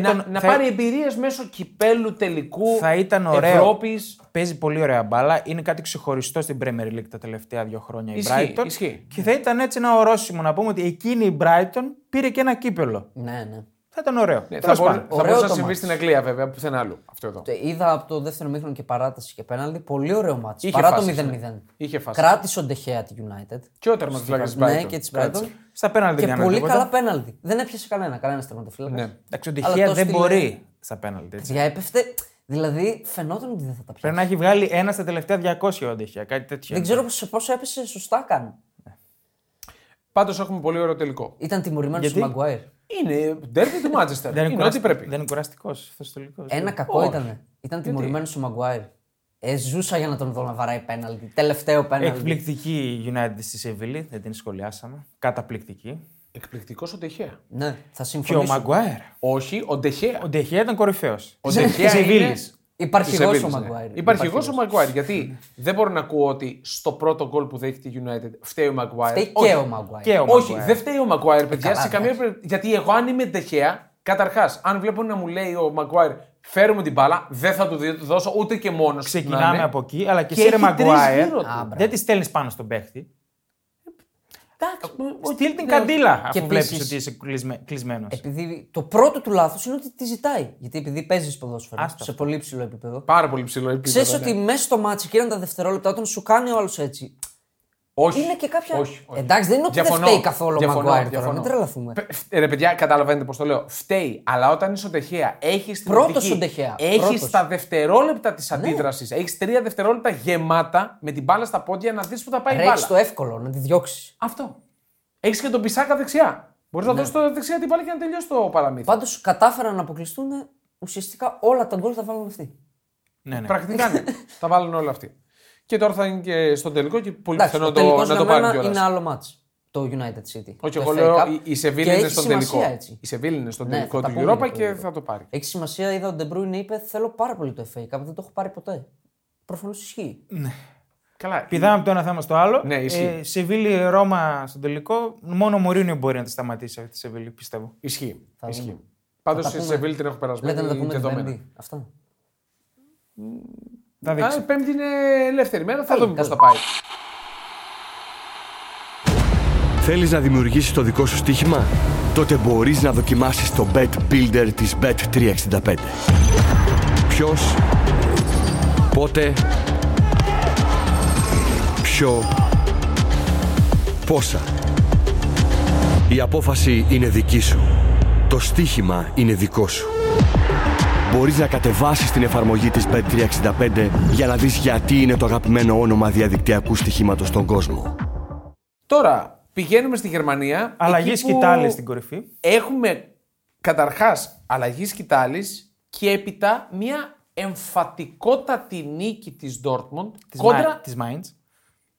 S1: Να,
S2: ήταν,
S1: να
S2: θα-
S1: πάρει εμπειρίες μέσω κυπέλου τελικού
S2: Θα ήταν ωραίο.
S1: Ευρώπης.
S2: Παίζει πολύ ωραία μπάλα. Είναι κάτι ξεχωριστό στην Premier League τα τελευταία δύο χρόνια η
S1: Ισχύει,
S2: Brighton.
S1: ισχύει.
S2: Και θα ήταν έτσι ένα ορόσημο να πούμε ότι εκείνη η Brighton πήρε και ένα κύπελο.
S3: Ναι, ναι.
S2: Θα ήταν ωραίο.
S1: Ναι, θα,
S2: Τέλος
S1: μπορεί, θα
S2: πάντων.
S1: μπορούσε να
S3: το
S1: συμβεί
S3: μάτς.
S1: στην Αγγλία βέβαια, πουθενά άλλου. Αυτό εδώ.
S3: Το είδα από το δεύτερο μήχρονο και παράταση και πέναλτι. Πολύ ωραίο μάτς.
S1: Είχε ναι.
S3: Παρά
S2: ναι.
S1: φάσεις,
S3: το 0-0.
S1: Είχε φάσεις.
S3: Κράτησε ο Ντεχέα τη United.
S1: Και ο τερματοφύλακα τη
S3: Ναι, και της Brighton.
S2: Στα πέναλτι
S3: Και
S2: δεν
S3: πολύ
S2: πολύ
S3: καλά πέναλτι. Δεν έπιασε κανένα, κανένας τερματοφύλακας.
S1: Ναι.
S2: Εντάξει, ο
S3: Αλλά
S2: Ντυχία
S3: το
S2: δεν
S3: στείλε-
S2: μπορεί στα πέναλτι. έτσι.
S3: Για έπεφτε. Δηλαδή φαινόταν ότι δεν θα τα πιάσει.
S2: Πρέπει να έχει βγάλει ένα στα τελευταία 200 ο Ντυχία. Κάτι τέτοιο.
S3: Δεν ξέρω σε πόσο έπεσε σωστά καν.
S1: Πάντως έχουμε πολύ ωραίο τελικό.
S3: Ήταν τιμωρημένος ο
S2: Γιατί?
S3: Μαγκουάιρ.
S1: Είναι ντέρμπι του Μάντσεστερ.
S2: Δεν
S1: είναι
S2: είναι,
S1: ό,τι
S2: κουραστικό.
S1: πρέπει.
S2: Δεν είναι Δηλαδή, κουραστικό. αυτό το τελικό.
S3: Ένα κακό ήταν. Ήταν τιμωρημένος ο Μαγκουάιρ. Ε, ζούσα για να τον δω να βαράει πέναλτι. Τελευταίο πέναλτι.
S2: Εκπληκτική η United στη Σεβίλη. Δεν την σχολιάσαμε. Καταπληκτική.
S1: Εκπληκτικός ο Ντεχέα.
S3: Ναι, θα
S2: Και ο
S3: συμφωνήσω.
S2: Μαγκουάερ.
S1: Όχι, ο Ντεχέα.
S2: Ο Ντεχία ήταν κορυφαίος.
S1: Ο Ντεχέα είναι.
S2: Σεβίλη.
S1: της
S3: Υπάρχει ο
S1: Σεβίλης, ναι.
S3: Μαγκουάιρ.
S1: Υπάρχει εγώ ο Μαγκουάιρ. Γιατί δεν μπορώ να ακούω ότι στο πρώτο γκολ που δέχεται η United φταίει ο Μαγκουάιρ.
S3: Φταίει
S1: Όχι.
S3: και ο Μαγκουάιρ.
S2: Και ο
S1: Όχι,
S2: Maguire.
S1: δεν φταίει ο Μαγκουάιρ, παιδιά.
S3: καλά,
S1: σε καμία περι- Γιατί εγώ, αν είμαι τεχαία, καταρχάς, αν βλέπω να μου λέει ο Μαγκουάιρ, φέρε μου την μπάλα, δεν θα του δι- του δώσω ούτε και μόνος.
S2: Ξεκινάμε από εκεί, αλλά
S1: ναι.
S2: και,
S1: Και
S2: εσύ ρε
S1: έχει τρεις
S2: Μαγκουάερ.
S1: γύρω του.
S3: Α, μπράβο.
S2: Δεν τη στέλνεις πάνω στον παίχτη.
S1: Εντάξει,
S2: Στείλ την καντήλα,
S3: Και
S2: αφού βλέπεις
S3: επίσης-
S2: ότι είσαι κλεισμένος.
S3: Επειδή το πρώτο του λάθος είναι ότι τη ζητάει. Γιατί επειδή παίζεις ποδόσφαιρο
S2: Άστα
S3: σε πολύ ψηλό επίπεδο.
S1: Πάρα πολύ ψηλό επίπεδο.
S3: Ξέρεις
S1: ναι.
S3: ότι μέσα στο μάτσο και είναι τα δευτερόλεπτα όταν σου κάνει ο άλλος έτσι.
S1: Όχι.
S4: Είναι και κάποια-
S1: Όχι, όχι.
S3: Εντάξει, δεν είναι ότι δεν
S1: Διαφωνώ.
S3: φταίει καθόλου ο
S1: Διαφωνώ,
S3: Μαγκουάρ τώρα.
S1: διαφωνώ.
S3: Μην τρελαθούμε.
S1: Πε- φ- ε, Ρε παιδιά, καταλαβαίνετε πώς το λέω. Φταίει, αλλά όταν είσαι ο Ντεχέα, έχεις την
S3: Πρώτος
S1: οπτική,
S3: ο Ντεχέα,
S1: Έχεις
S3: πρώτος. Ναι.
S1: τα δευτερόλεπτα της αντίδρασης. Έχεις τρία δευτερόλεπτα γεμάτα με την μπάλα στα πόδια να δεις που θα πάει η
S3: Ρέξει
S1: μπάλα.
S3: το εύκολο να τη διώξεις.
S1: Αυτό. Έχεις και τον πισάκα δεξιά. Μπορείς
S3: Ναι.
S1: να δώσεις το δεξιά την μπάλα και να τελειώσει το παραμύθι.
S3: Πάντως κατάφεραν να αποκλειστούν ουσιαστικά όλα τα γκολ θα βάλουν αυτοί.
S2: Ναι, ναι.
S1: Πρακτικά
S3: <laughs>
S1: ναι. τα βάλουν όλα αυτοί. Και τώρα θα είναι και στον τελικό και πολύ
S3: Εντάξει,
S1: πιθανό
S3: το
S1: να το,
S3: τελικός
S1: να
S3: για
S1: το πάρουν
S3: μένα
S1: κιόλας.
S3: είναι άλλο μάτς. Το United City.
S1: Όχι,
S3: Το
S1: εγώ
S3: FA
S1: λέω
S3: Cup.
S1: η- η
S3: Και
S1: Σεβίλη είναι
S3: έχει
S1: στον
S3: σημασία
S1: τελικό.
S3: έτσι.
S1: Η Σεβίλη είναι στον
S3: Ναι,
S1: τελικό
S3: θα τα
S1: του
S3: πούμε
S1: Europa
S3: για το
S1: και
S3: Europa.
S1: θα το πάρει.
S3: Έχει σημασία, είδα ο De Bruyne είπε: Θέλω πάρα πολύ το FA Cup, δεν το έχω πάρει ποτέ. Προφανώς ισχύει.
S1: Ναι, Καλά.
S2: Πηδάμε από το ένα θέμα στο άλλο. Ε,
S1: Ναι, ισχύει.
S2: Σεβίλη, Ρώμα στον τελικό. Μόνο ο Μωρίνιο μπορεί να τη σταματήσει αυτή τη Σεβίλη, πιστεύω.
S1: Ισχύει.
S3: Θα
S1: Ισχύει.
S3: δούμε.
S1: Πάντως
S3: Θα τα
S1: η
S3: πούμε.
S1: Σεβίλη την έχω
S3: Λέτε να τα
S1: περασμένη
S3: πούμε την
S1: δεδομένα.
S3: Πέμπτη. Αυτά.
S2: Θα
S1: Α, η
S2: δείξει.
S1: Πέμπτη είναι ελεύθερη μέρα, θα δούμε πώς
S3: καλή.
S1: θα πάει.
S5: Θέλεις να δημιουργήσεις το δικό σου στοίχημα? Τότε μπορείς να δοκιμάσεις το Bet Builder της Bet365. Ποιος, πότε, ποιο, πόσα. Η απόφαση είναι δική σου. Το στοίχημα είναι δικό σου. Μπορείς να κατεβάσεις την εφαρμογή της Bet365 για να δεις γιατί είναι το αγαπημένο όνομα διαδικτυακού στοιχήματος στον κόσμο.
S1: Τώρα πηγαίνουμε στη Γερμανία.
S2: Αλλαγή
S1: εκεί που
S2: σκητάλης στην κορυφή.
S1: Έχουμε καταρχάς αλλαγή σκητάλης και έπειτα μια εμφατικότατη νίκη της Dortmund κόντρα
S2: Τη Μάιντ.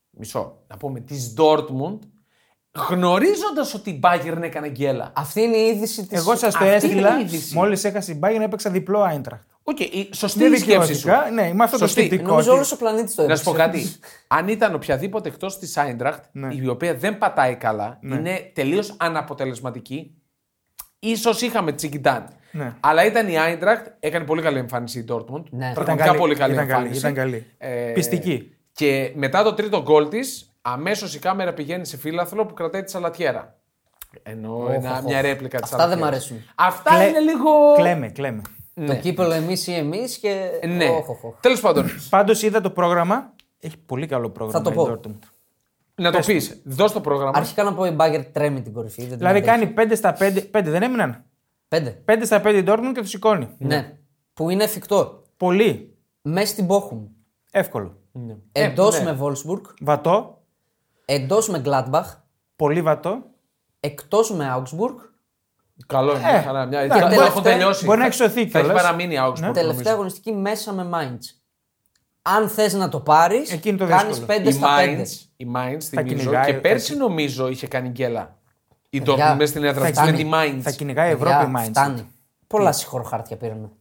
S1: μισό, να πούμε, της Dortmund, γνωρίζοντας ότι η Bayern έκανε γκέλα.
S3: Αυτή είναι η είδηση της.
S2: Εγώ σας το
S1: Αυτή είναι
S2: έστειλα.
S1: η είδηση.
S2: Μόλις έχασε η Bayern, έπαιξα διπλό Άιντραχτ.
S1: Οκ, η- σωστή
S2: Δεν
S1: η σκέψη σου.
S2: δικαιώθηκα. Ναι, με αυτό το
S1: Σωστή.
S2: σκεπτικό.
S3: Ε, Νομίζω
S2: ότι-
S3: όλος ο πλανήτης το
S1: Να σου
S3: έπαιξε.
S1: πω κάτι. Αν ήταν οποιαδήποτε εκτός της Άιντραχτ,
S2: Ναι.
S1: η οποία δεν πατάει καλά, είναι τελείως αναποτελεσματική, ίσως είχαμε τσιγκιντάν.
S2: Ναι.
S1: Αλλά ήταν η Άιντραχτ, έκανε πολύ καλή εμφάνιση η Dortmund.
S3: Ναι. Ήταν
S1: Πραγματικά
S2: καλή,
S1: πολύ καλή
S2: ήταν καλή,
S1: εμφάνιση. Ε,
S2: ήταν καλή. Πιστική.
S1: Και μετά το τρίτο γκολ της, αμέσως η κάμερα πηγαίνει σε φύλαθλο που κρατάει τη σαλατιέρα. Ενώ ένα-
S3: οχ,
S1: μια
S3: οχ.
S1: ρέπλικα της
S3: Αυτά
S1: σαλατιέρα.
S3: δεν μ' αρέσουν.
S1: Αυτά
S2: Κλε-
S1: είναι λίγο.
S2: Κλαίμε, κλαίμε.
S3: Το κύπελο εμείς ή εμείς και.
S1: Ναι.
S3: Οχ, οχ, οχ.
S1: Τέλος πάντων,
S2: Πάντως είδα το πρόγραμμα. Έχει πολύ καλό πρόγραμμα.
S3: Θα το
S2: η
S3: πω.
S2: Dortmund.
S1: να το πει. Δώσ' το πρόγραμμα.
S3: Αρχικά να πω η Μπάγκερ τρέμει την κορυφή. δεν την
S1: Ναι,
S2: Δηλαδή
S3: αντέχει.
S2: κάνει 5 στα 5. 5 δεν έμειναν.
S3: Πέντε.
S2: 5 στα 5 η Dortmund και το σηκώνει.
S3: Ναι. Που είναι εφικτό.
S2: Πολύ
S3: Μέσα στην Bochum.
S2: εύκολο.
S3: Εντό
S1: ναι.
S3: με Wolfsburg.
S2: Βατό.
S3: Εντός με Gladbach.
S2: Πολύ βατό.
S3: Εκτός με Augsburg.
S1: Καλό είναι.
S2: Ε,
S1: χαρά, μια...
S2: εντάξει,
S1: θα-
S3: μπορεί-
S1: έχουν τελειώσει.
S2: μπορεί να
S1: Θα-
S2: εξωθεί
S1: Θα έχει
S2: κιόλας. Ναι.
S1: παραμείνει η Augsburg.
S3: Τελευταία
S1: νομίζω.
S3: αγωνιστική μέσα με Mainz. Αν θες να το πάρεις,
S2: Εκεί είναι το
S3: κάνεις
S2: δύσκολο.
S3: 5
S1: Η
S3: στα 5.
S1: Mainz, η Mainz θυμίζω,
S2: κυνηγάει,
S1: και
S2: θα-
S1: πέρσι νομίζω είχε κάνει γκέλα. Η
S3: Παιδιά,
S1: Dortmund μέσα στην έδρα
S2: θα
S1: της με τη
S2: κυνηγ-
S1: Mainz.
S2: Θα κυνηγάει η Ευρώπη η
S3: Παιδιά,
S2: Mainz.
S3: Φτάνει. Πολλά συγχωροχάρτια πήραν.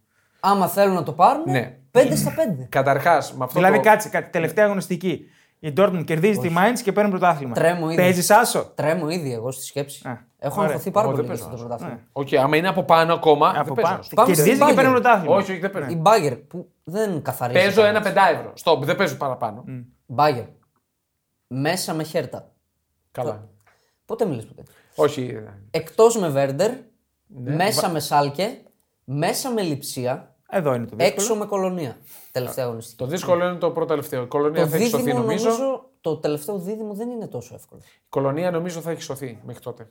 S3: Άμα θέλουν να το πάρουν,
S1: Ναι.
S3: 5 στα 5.
S1: Καταρχάς, με αυτό
S2: Δηλαδή
S1: το...
S2: κάτσε, κάτσε. Τελευταία αγωνιστική. Η Dortmund κερδίζει τη Mainz και παίρνει πρωτάθλημα.
S3: Τρέμω ήδη.
S2: Παίζει άσο.
S3: Τρέμω ήδη εγώ στη σκέψη.
S2: Α,
S3: Έχω
S2: Ε, ωραία.
S3: αγχωθεί πάρα
S1: Εγώ
S3: πολύ
S1: δεν
S3: για αυτό το
S1: παίζω,
S3: πρωτάθλημα.
S1: Οκ, άμα είναι από πάνω ακόμα,
S2: Ε, Από
S1: δεν
S2: πάνω.
S1: παίζω.
S3: Πάμε
S2: Κερδίζει
S3: στην
S2: και παίρνει
S3: Bayern.
S2: πρωτάθλημα.
S1: Όχι, όχι, δεν
S2: Ναι,
S1: παίζω.
S3: Η Μπάγκερ που δεν καθαρίζει.
S1: Παίζω
S3: τα
S1: ένα
S3: μάτια.
S1: πεντά ευρώ. Στοπ, δεν παίζω παραπάνω.
S2: Mm.
S3: Μπάγκερ. Μέσα με χέρτα.
S1: Καλά.
S3: Πότε μιλήσει ποτέ.
S1: Όχι. ε,
S3: Εκτός με Βέρντερ,
S1: Ναι.
S3: μέσα με Σάλκε, μέσα με Λιψία,
S2: Εδώ είναι το δύσκολο.
S3: έξω με Κολονία. Τελευταία αγωνιστική.
S1: Το δύσκολο είναι το πρώτο τελευταίο. Η κολονία
S3: Το
S1: θα έχει σωθεί
S3: δίδυμο νομίζω.
S1: νομίζω.
S3: το τελευταίο δίδυμο δεν είναι τόσο εύκολο.
S1: Η κολονία νομίζω θα έχει σωθεί μέχρι τότε.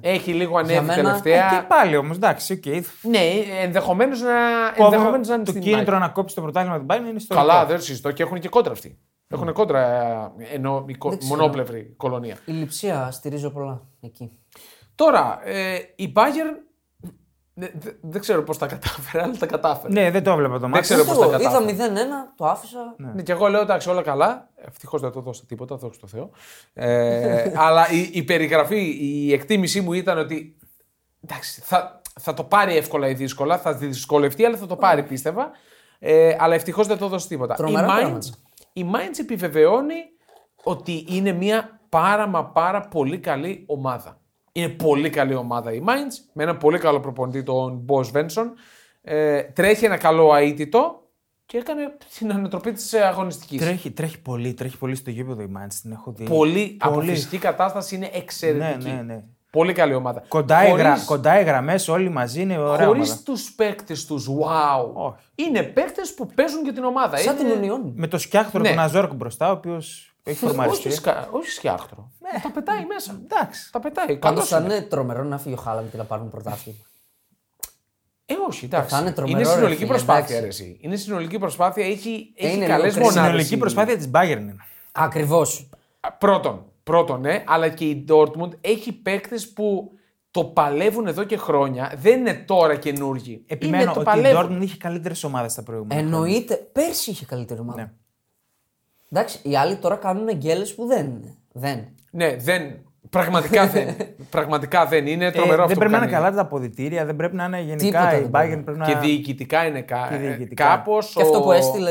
S1: Έχει λίγο ανέβει
S3: Ναι. Για μένα-
S2: Ε, Και
S1: τελευταία.
S2: πάλι όμως, εντάξει, οκ. Okay.
S1: Ναι, ενδεχομένως να, ενδεχομένως να είναι
S2: το
S1: στην
S2: κίνητρο
S1: Bayern.
S2: να κόψει το πρωτάθλημα την Bayern είναι ιστορικό.
S1: Καλά, δεν συζητώ και έχουν και κόντρα αυτοί. Έχουν κόντρα ε, ενώ η κο-
S3: Δεν ξέρω.
S1: μονόπλευρη κολονία.
S3: Η λειψία στηρίζω πολλά εκεί.
S1: Τώρα, ε, η Bayern. δε- δε- δεν ξέρω πώς τα κατάφερε, αλλά τα κατάφερε.
S2: Ναι, δεν το έβλεπα το μάτι.
S1: ξέρω
S3: Και
S1: πώς τα
S3: εγώ
S1: κατάφερα.
S3: Είδα 0-1, το άφησα.
S1: Ναι, και εγώ λέω εντάξει, όλα καλά. Ευτυχώς δεν το δώσα τίποτα, δόξα τω Θεώ. <laughs> Ε, αλλά η, η περιγραφή, η εκτίμησή μου ήταν ότι. Εντάξει, θα, θα το πάρει εύκολα ή δύσκολα, θα δυσκολευτεί, αλλά θα το πάρει, πίστευα. Ε, αλλά ευτυχώς δεν το δώσε τίποτα.
S3: Τρομερά
S1: η, Mainz,
S3: πράγματα.
S1: η Mainz επιβεβαιώνει ότι είναι μια πάρα μα πάρα πολύ καλή ομάδα. Είναι πολύ καλή ομάδα η Mainz, με ένα πολύ καλό προπονητή τον Μπος Βένσον. Ε, τρέχει ένα καλό αίτητο και έκανε την ανατροπή της αγωνιστικής.
S2: Τρέχει, τρέχει πολύ, τρέχει πολύ στο γήπεδο η Μάντς, την έχω δει.
S1: Πολύ, από φυσική κατάσταση είναι
S2: Ναι,
S1: εξαιρετική.
S2: ναι, ναι.
S1: Πολύ καλή ομάδα.
S2: Κοντά, οι
S1: Χωρίς-
S2: γρα... κοντά οι γραμμές, όλοι μαζί είναι ωραία
S1: Χωρίς
S2: ομάδα.
S1: τους παίκτες τους, wow.
S2: Όχι.
S1: Είναι παίκτες που παίζουν και την ομάδα.
S3: Σαν
S1: Είναι-
S3: την Ουνιόν.
S2: Με το σκιάχτρο
S1: Ναι.
S2: του Ναζόρκ μπροστά, ο οποίος Έχει
S1: Όχι,
S2: φορμαριστεί.
S1: σκα- όχι σκιάχτρο.
S2: Ναι.
S1: Τα πετάει μέσα. Εντάξει. Τα πετάει.
S3: Πάντως
S1: Καλώς
S3: θα
S1: είναι.
S3: είναι τρομερό να φύγει ο Χάλαντ και να πάρουν πρωτάθλημα.
S1: Ε, όχι, εντάξει.
S3: θα είναι τρομερό,
S1: είναι
S3: ρε
S1: συνολική
S3: φίλε,
S1: προσπάθεια.
S3: εντάξει. Ε,
S1: Ρε, εσύ. είναι συνολική προσπάθεια. Έχει, έχει
S3: λίγο
S1: καλέ
S3: κρίση.
S1: μονάδε.
S2: Συνολική προσπάθεια της Bayern είναι.
S3: Ακριβώς.
S1: Πρώτον, πρώτον, ναι, αλλά και η Dortmund έχει παίκτες που το παλεύουν εδώ και χρόνια. Δεν είναι τώρα καινούργιοι.
S2: Επιμένω
S1: είναι το
S2: ότι
S1: παλεύουν.
S2: η Dortmund είχε καλύτερες ομάδες τα προηγούμενα. χρόνια.
S3: Εννοείται. Πέρσι είχε καλύτερη ομάδα.
S2: Ναι.
S3: Εντάξει, οι άλλοι τώρα κάνουν εγγέλε που δεν είναι. Δεν.
S1: Ναι, δεν. Πραγματικά δεν.
S3: <laughs>
S1: πραγματικά δεν είναι.
S2: Ε,
S1: Τρομερό αυτό
S2: δεν
S1: που
S2: πρέπει να είναι
S1: κάνει.
S2: καλά τα αποδητήρια, δεν πρέπει να είναι γενικά.
S3: Τίποτα
S2: η
S3: δεν
S2: Bayern
S3: πρέπει.
S2: πρέπει να.
S1: Και διοικητικά είναι κα...
S2: Και διοικητικά.
S1: κάπως
S3: Και αυτό
S1: ο-
S3: που έστειλες.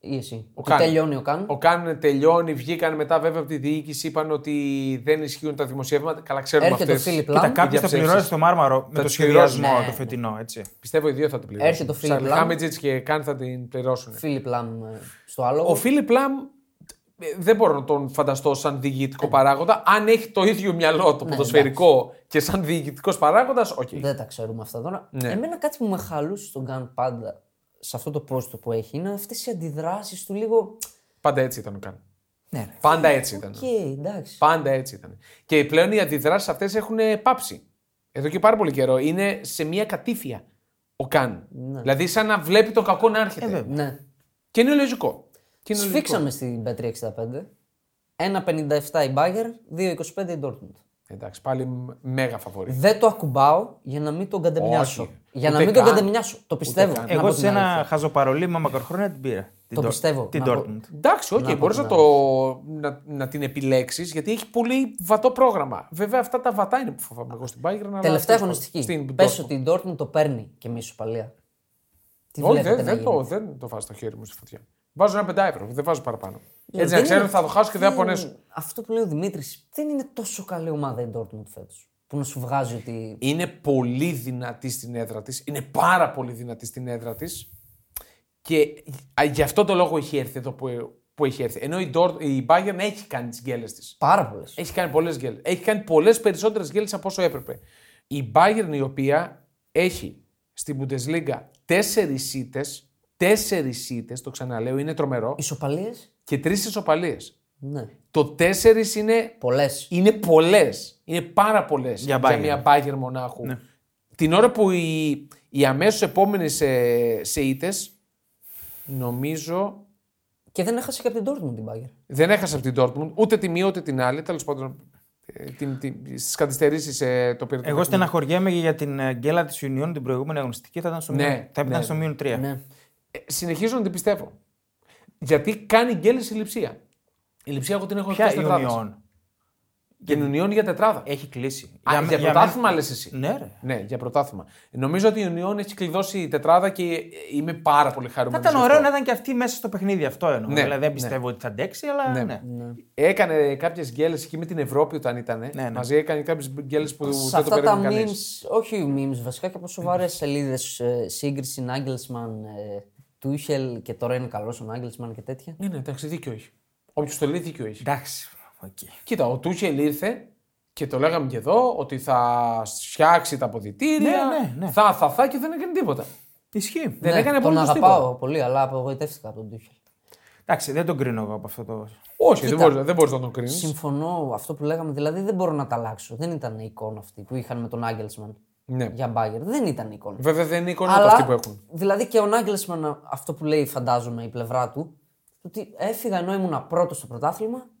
S3: ή εσύ. Ο
S1: Καν.
S3: τελειώνει ο Καν.
S1: Ο Καν τελειώνει, βγήκαν μετά βέβαια από τη διοίκηση, είπαν ότι δεν ισχύουν τα δημοσιεύματα. Καλά, ξέρουμε
S3: Έρχεται ο
S1: αυτές.
S3: Φίλιπ
S2: Κοίτα,
S3: Λάμ.
S2: κάποιο θα
S1: διαψεύσεις.
S2: πληρώσει το μάρμαρο με το
S1: τους πληρώσουν,
S2: σχεδιασμό
S3: ναι.
S2: το φετινό, έτσι.
S1: Πιστεύω οι δύο θα την πληρώσουν.
S3: Έρχεται ο Φίλιπ
S1: Σαν
S3: Λαμ.
S1: Χάμιτζιτς και Καν θα την πληρώσουν.
S3: Φίλιπ Λάμ ε, στο άλλο.
S1: Ο Φίλιπ Λαμ ε, δεν μπορώ να τον φανταστώ σαν
S3: Ε.
S1: διοικητικό παράγοντα. Αν έχει το ίδιο μυαλό
S3: Ναι,
S1: το ποδοσφαιρικό και σαν διοικητικός παράγοντας, οκ.
S3: Δεν τα ξέρουμε αυτά τώρα.
S1: Ναι.
S3: Εμένα κάτι που με χαλούσε στον Καν πάντα σε αυτό το πόστο που έχει είναι αυτές οι αντιδράσεις του λίγο.
S1: Πάντα έτσι ήταν ο Καν.
S3: Ναι, ρε.
S1: Πάντα έτσι ήταν.
S3: Οκ, εντάξει.
S1: Πάντα έτσι ήταν. Και πλέον οι αντιδράσεις αυτές έχουν πάψει. Εδώ και πάρα πολύ καιρό. Είναι σε μια κατήφια ο Καν. Δηλαδή, σαν να βλέπει τον κακό να έρχεται.
S3: Ναι.
S1: και είναι λογικό. Και είναι λογικό.
S3: Σφίξαμε στην Πέτρη 65. 1,57 η Μπάγκερ, 2,25 η Ντόρκμουντ.
S1: Εντάξει, πάλι μ- μέγα φαβορή.
S3: Δεν το ακουμπάω για να μην τον κατεμοιάσω.
S1: Όχι.
S3: Για να
S1: Ούτε
S3: μην τον
S1: καν.
S3: κατεμοιάσω. Το πιστεύω.
S1: καν.
S3: να πω
S2: Εγώ
S3: την
S2: σε ένα
S3: αλήθεια.
S2: χαζοπαρολίμα μακροχρόνια την πήρα. Την
S3: Το
S2: Dor-
S3: πιστεύω.
S2: Την
S3: Να πω-
S2: Dortmund.
S1: Εντάξει,
S3: Να
S1: όχι,
S3: πω
S1: μπορείς
S3: την
S1: να, το, να, να την επιλέξεις γιατί έχει πολύ βατό πρόγραμμα. Βέβαια, αυτά τα βατά είναι που φοβάμαι εγώ στην Bayern. αλλά
S3: Τελευταία
S1: τέλος πάντων,
S3: αγωνιστική.
S1: Στην
S3: Πες
S1: Dortmund.
S3: ότι η Ντόρκμουντ το παίρνει και εμείς παλιά. Τι
S1: Όχι,
S3: βλέπετε
S1: δεν,
S3: να
S1: δεν,
S3: γίνεται.
S1: το, δεν το βάζω το χέρι μου στη φωτιά. Βάζω ένα πεντάευρο, δεν βάζω παραπάνω. Έτσι, να
S3: Ε,
S1: ξέρω
S3: Δεν είναι- Ε,
S1: ότι θα το χάσω και δεν θα πονέσω.
S3: Αυτό που λέει ο Δημήτρης, δεν είναι τόσο καλή ομάδα η Dortmund φέτος. Που να σου βγάζει ότι.
S1: είναι πολύ δυνατή στην έδρα της. Είναι πάρα πολύ δυνατή στην έδρα της. Και α, γι' αυτό το λόγο έχει έρθει εδώ που, που έχει έρθει. Ενώ η, Dort- η Bayern έχει κάνει τις γκέλες της.
S3: Πάρα Ε, πολλές.
S1: Έχει κάνει πολλές γκέλες. Έχει κάνει πολλές περισσότερες γκέλες από όσο έπρεπε. Η Bayern η οποία έχει στην Bundesliga τέσσερις σίτες, τέσσερις σίτες, το ξαναλέω, είναι τρομερό,
S3: Ισοπαλίες.
S1: και τρεις ισοπαλίες.
S3: Ναι.
S1: Το τέσσερις είναι
S3: Πολλές.
S1: είναι πολλές. Είναι πάρα πολλές
S2: Για
S1: για,
S2: Bayern. Ναι.
S1: μια Bayern Μονάχου. Την ώρα που οι, οι αμέσως επόμενες σε, σε ήτες, νομίζω.
S3: Και δεν έχασε και από την Dortmund την Bayern.
S1: Δεν έχασα από την Dortmund ούτε τη μία ούτε την άλλη. Τέλος πάντων, ε, την, την, στις καθυστερήσεις το πήρε. το
S2: Εγώ
S1: παιχνίδι.
S2: στεναχωριέμαι και για την ε, γκέλα της Union την προηγούμενη αγωνιστική. Θα ήταν στο
S1: Ναι,
S2: μείον- θα ήταν
S1: ναι.
S2: στο μείον 3.
S3: Ναι.
S1: Ε, συνεχίζω να την πιστεύω. Γιατί κάνει γκέλε η λειψία. Η λειψία εγώ την έχω
S2: Ποια
S1: εκτός
S2: η
S1: τετράδας.
S2: Union
S1: Για την Union για τετράδα.
S2: έχει κλείσει.
S1: Α,
S2: μέ-
S1: για,
S2: μένα-
S1: πρωτάθλημα λες εσύ.
S2: Ναι, ρε.
S1: Ναι, για πρωτάθλημα. Νομίζω ότι η Union έχει κλειδώσει η τετράδα και είμαι πάρα πολύ
S2: Θα
S1: χαρούμενο.
S2: ήταν ωραίο να ήταν και αυτή μέσα στο παιχνίδι αυτό εννοώ.
S1: Ναι,
S2: δηλαδή δεν
S1: ναι.
S2: πιστεύω ότι θα αντέξει, αλλά ναι.
S1: Ναι. Έκανε κάποιες γκέλες εκεί με την Ευρώπη όταν ήταν.
S2: ναι.
S1: Μαζί έκανε κάποιες γκέλες που
S3: Σε
S1: δεν το
S3: αυτά τα
S1: περίμενε
S3: memes,
S1: κανείς.
S3: όχι memes βασικά, και από σοβαρές σελίδες σύγκριση Νάγκελσμαν, ε, Τούχελ και τώρα είναι καλός ο Νάγκελσμαν και τέτοια.
S1: Ναι, ναι, εντάξει, δίκιο έχει. Όποιο το λέει, δίκιο έχει.
S2: Εντάξει. Okay.
S1: Κοίτα, ο Τούχελ ήρθε και το λέγαμε και εδώ ότι θα φτιάξει τα αποδητήρια.
S2: Ναι, ναι, ναι.
S1: Θα, θα, θα και δεν έκανε τίποτα.
S2: Ισχύει.
S3: Ναι,
S1: Δεν έκανε
S3: τον
S1: απολύτω
S3: αγαπάω
S1: τίποτα.
S3: πολύ, αλλά απογοητεύτηκα από τον Τούχελ.
S2: Εντάξει, δεν τον κρίνω εγώ από αυτό το.
S1: Όχι, δεν
S3: Κοίτα.
S1: μπορείς, δεν μπορείς να τον κρίνεις.
S3: Συμφωνώ αυτό που λέγαμε, δηλαδή δεν μπορώ να τα αλλάξω. Δεν ήταν η εικόνα αυτή που είχαν με τον Άγγελσμαν
S1: Ναι.
S3: για Μπάγκερ. Δεν ήταν η εικόνα.
S1: Βέβαια δεν είναι εικόνα
S3: Αλλά,
S1: αυτή που έχουν.
S3: δηλαδή και ο Νάγκελσμαν, αυτό που λέει, φαντάζομαι, η πλευρά του, ότι έφυγα ενώ ήμουν πρώτος στο πρωτάθλημα.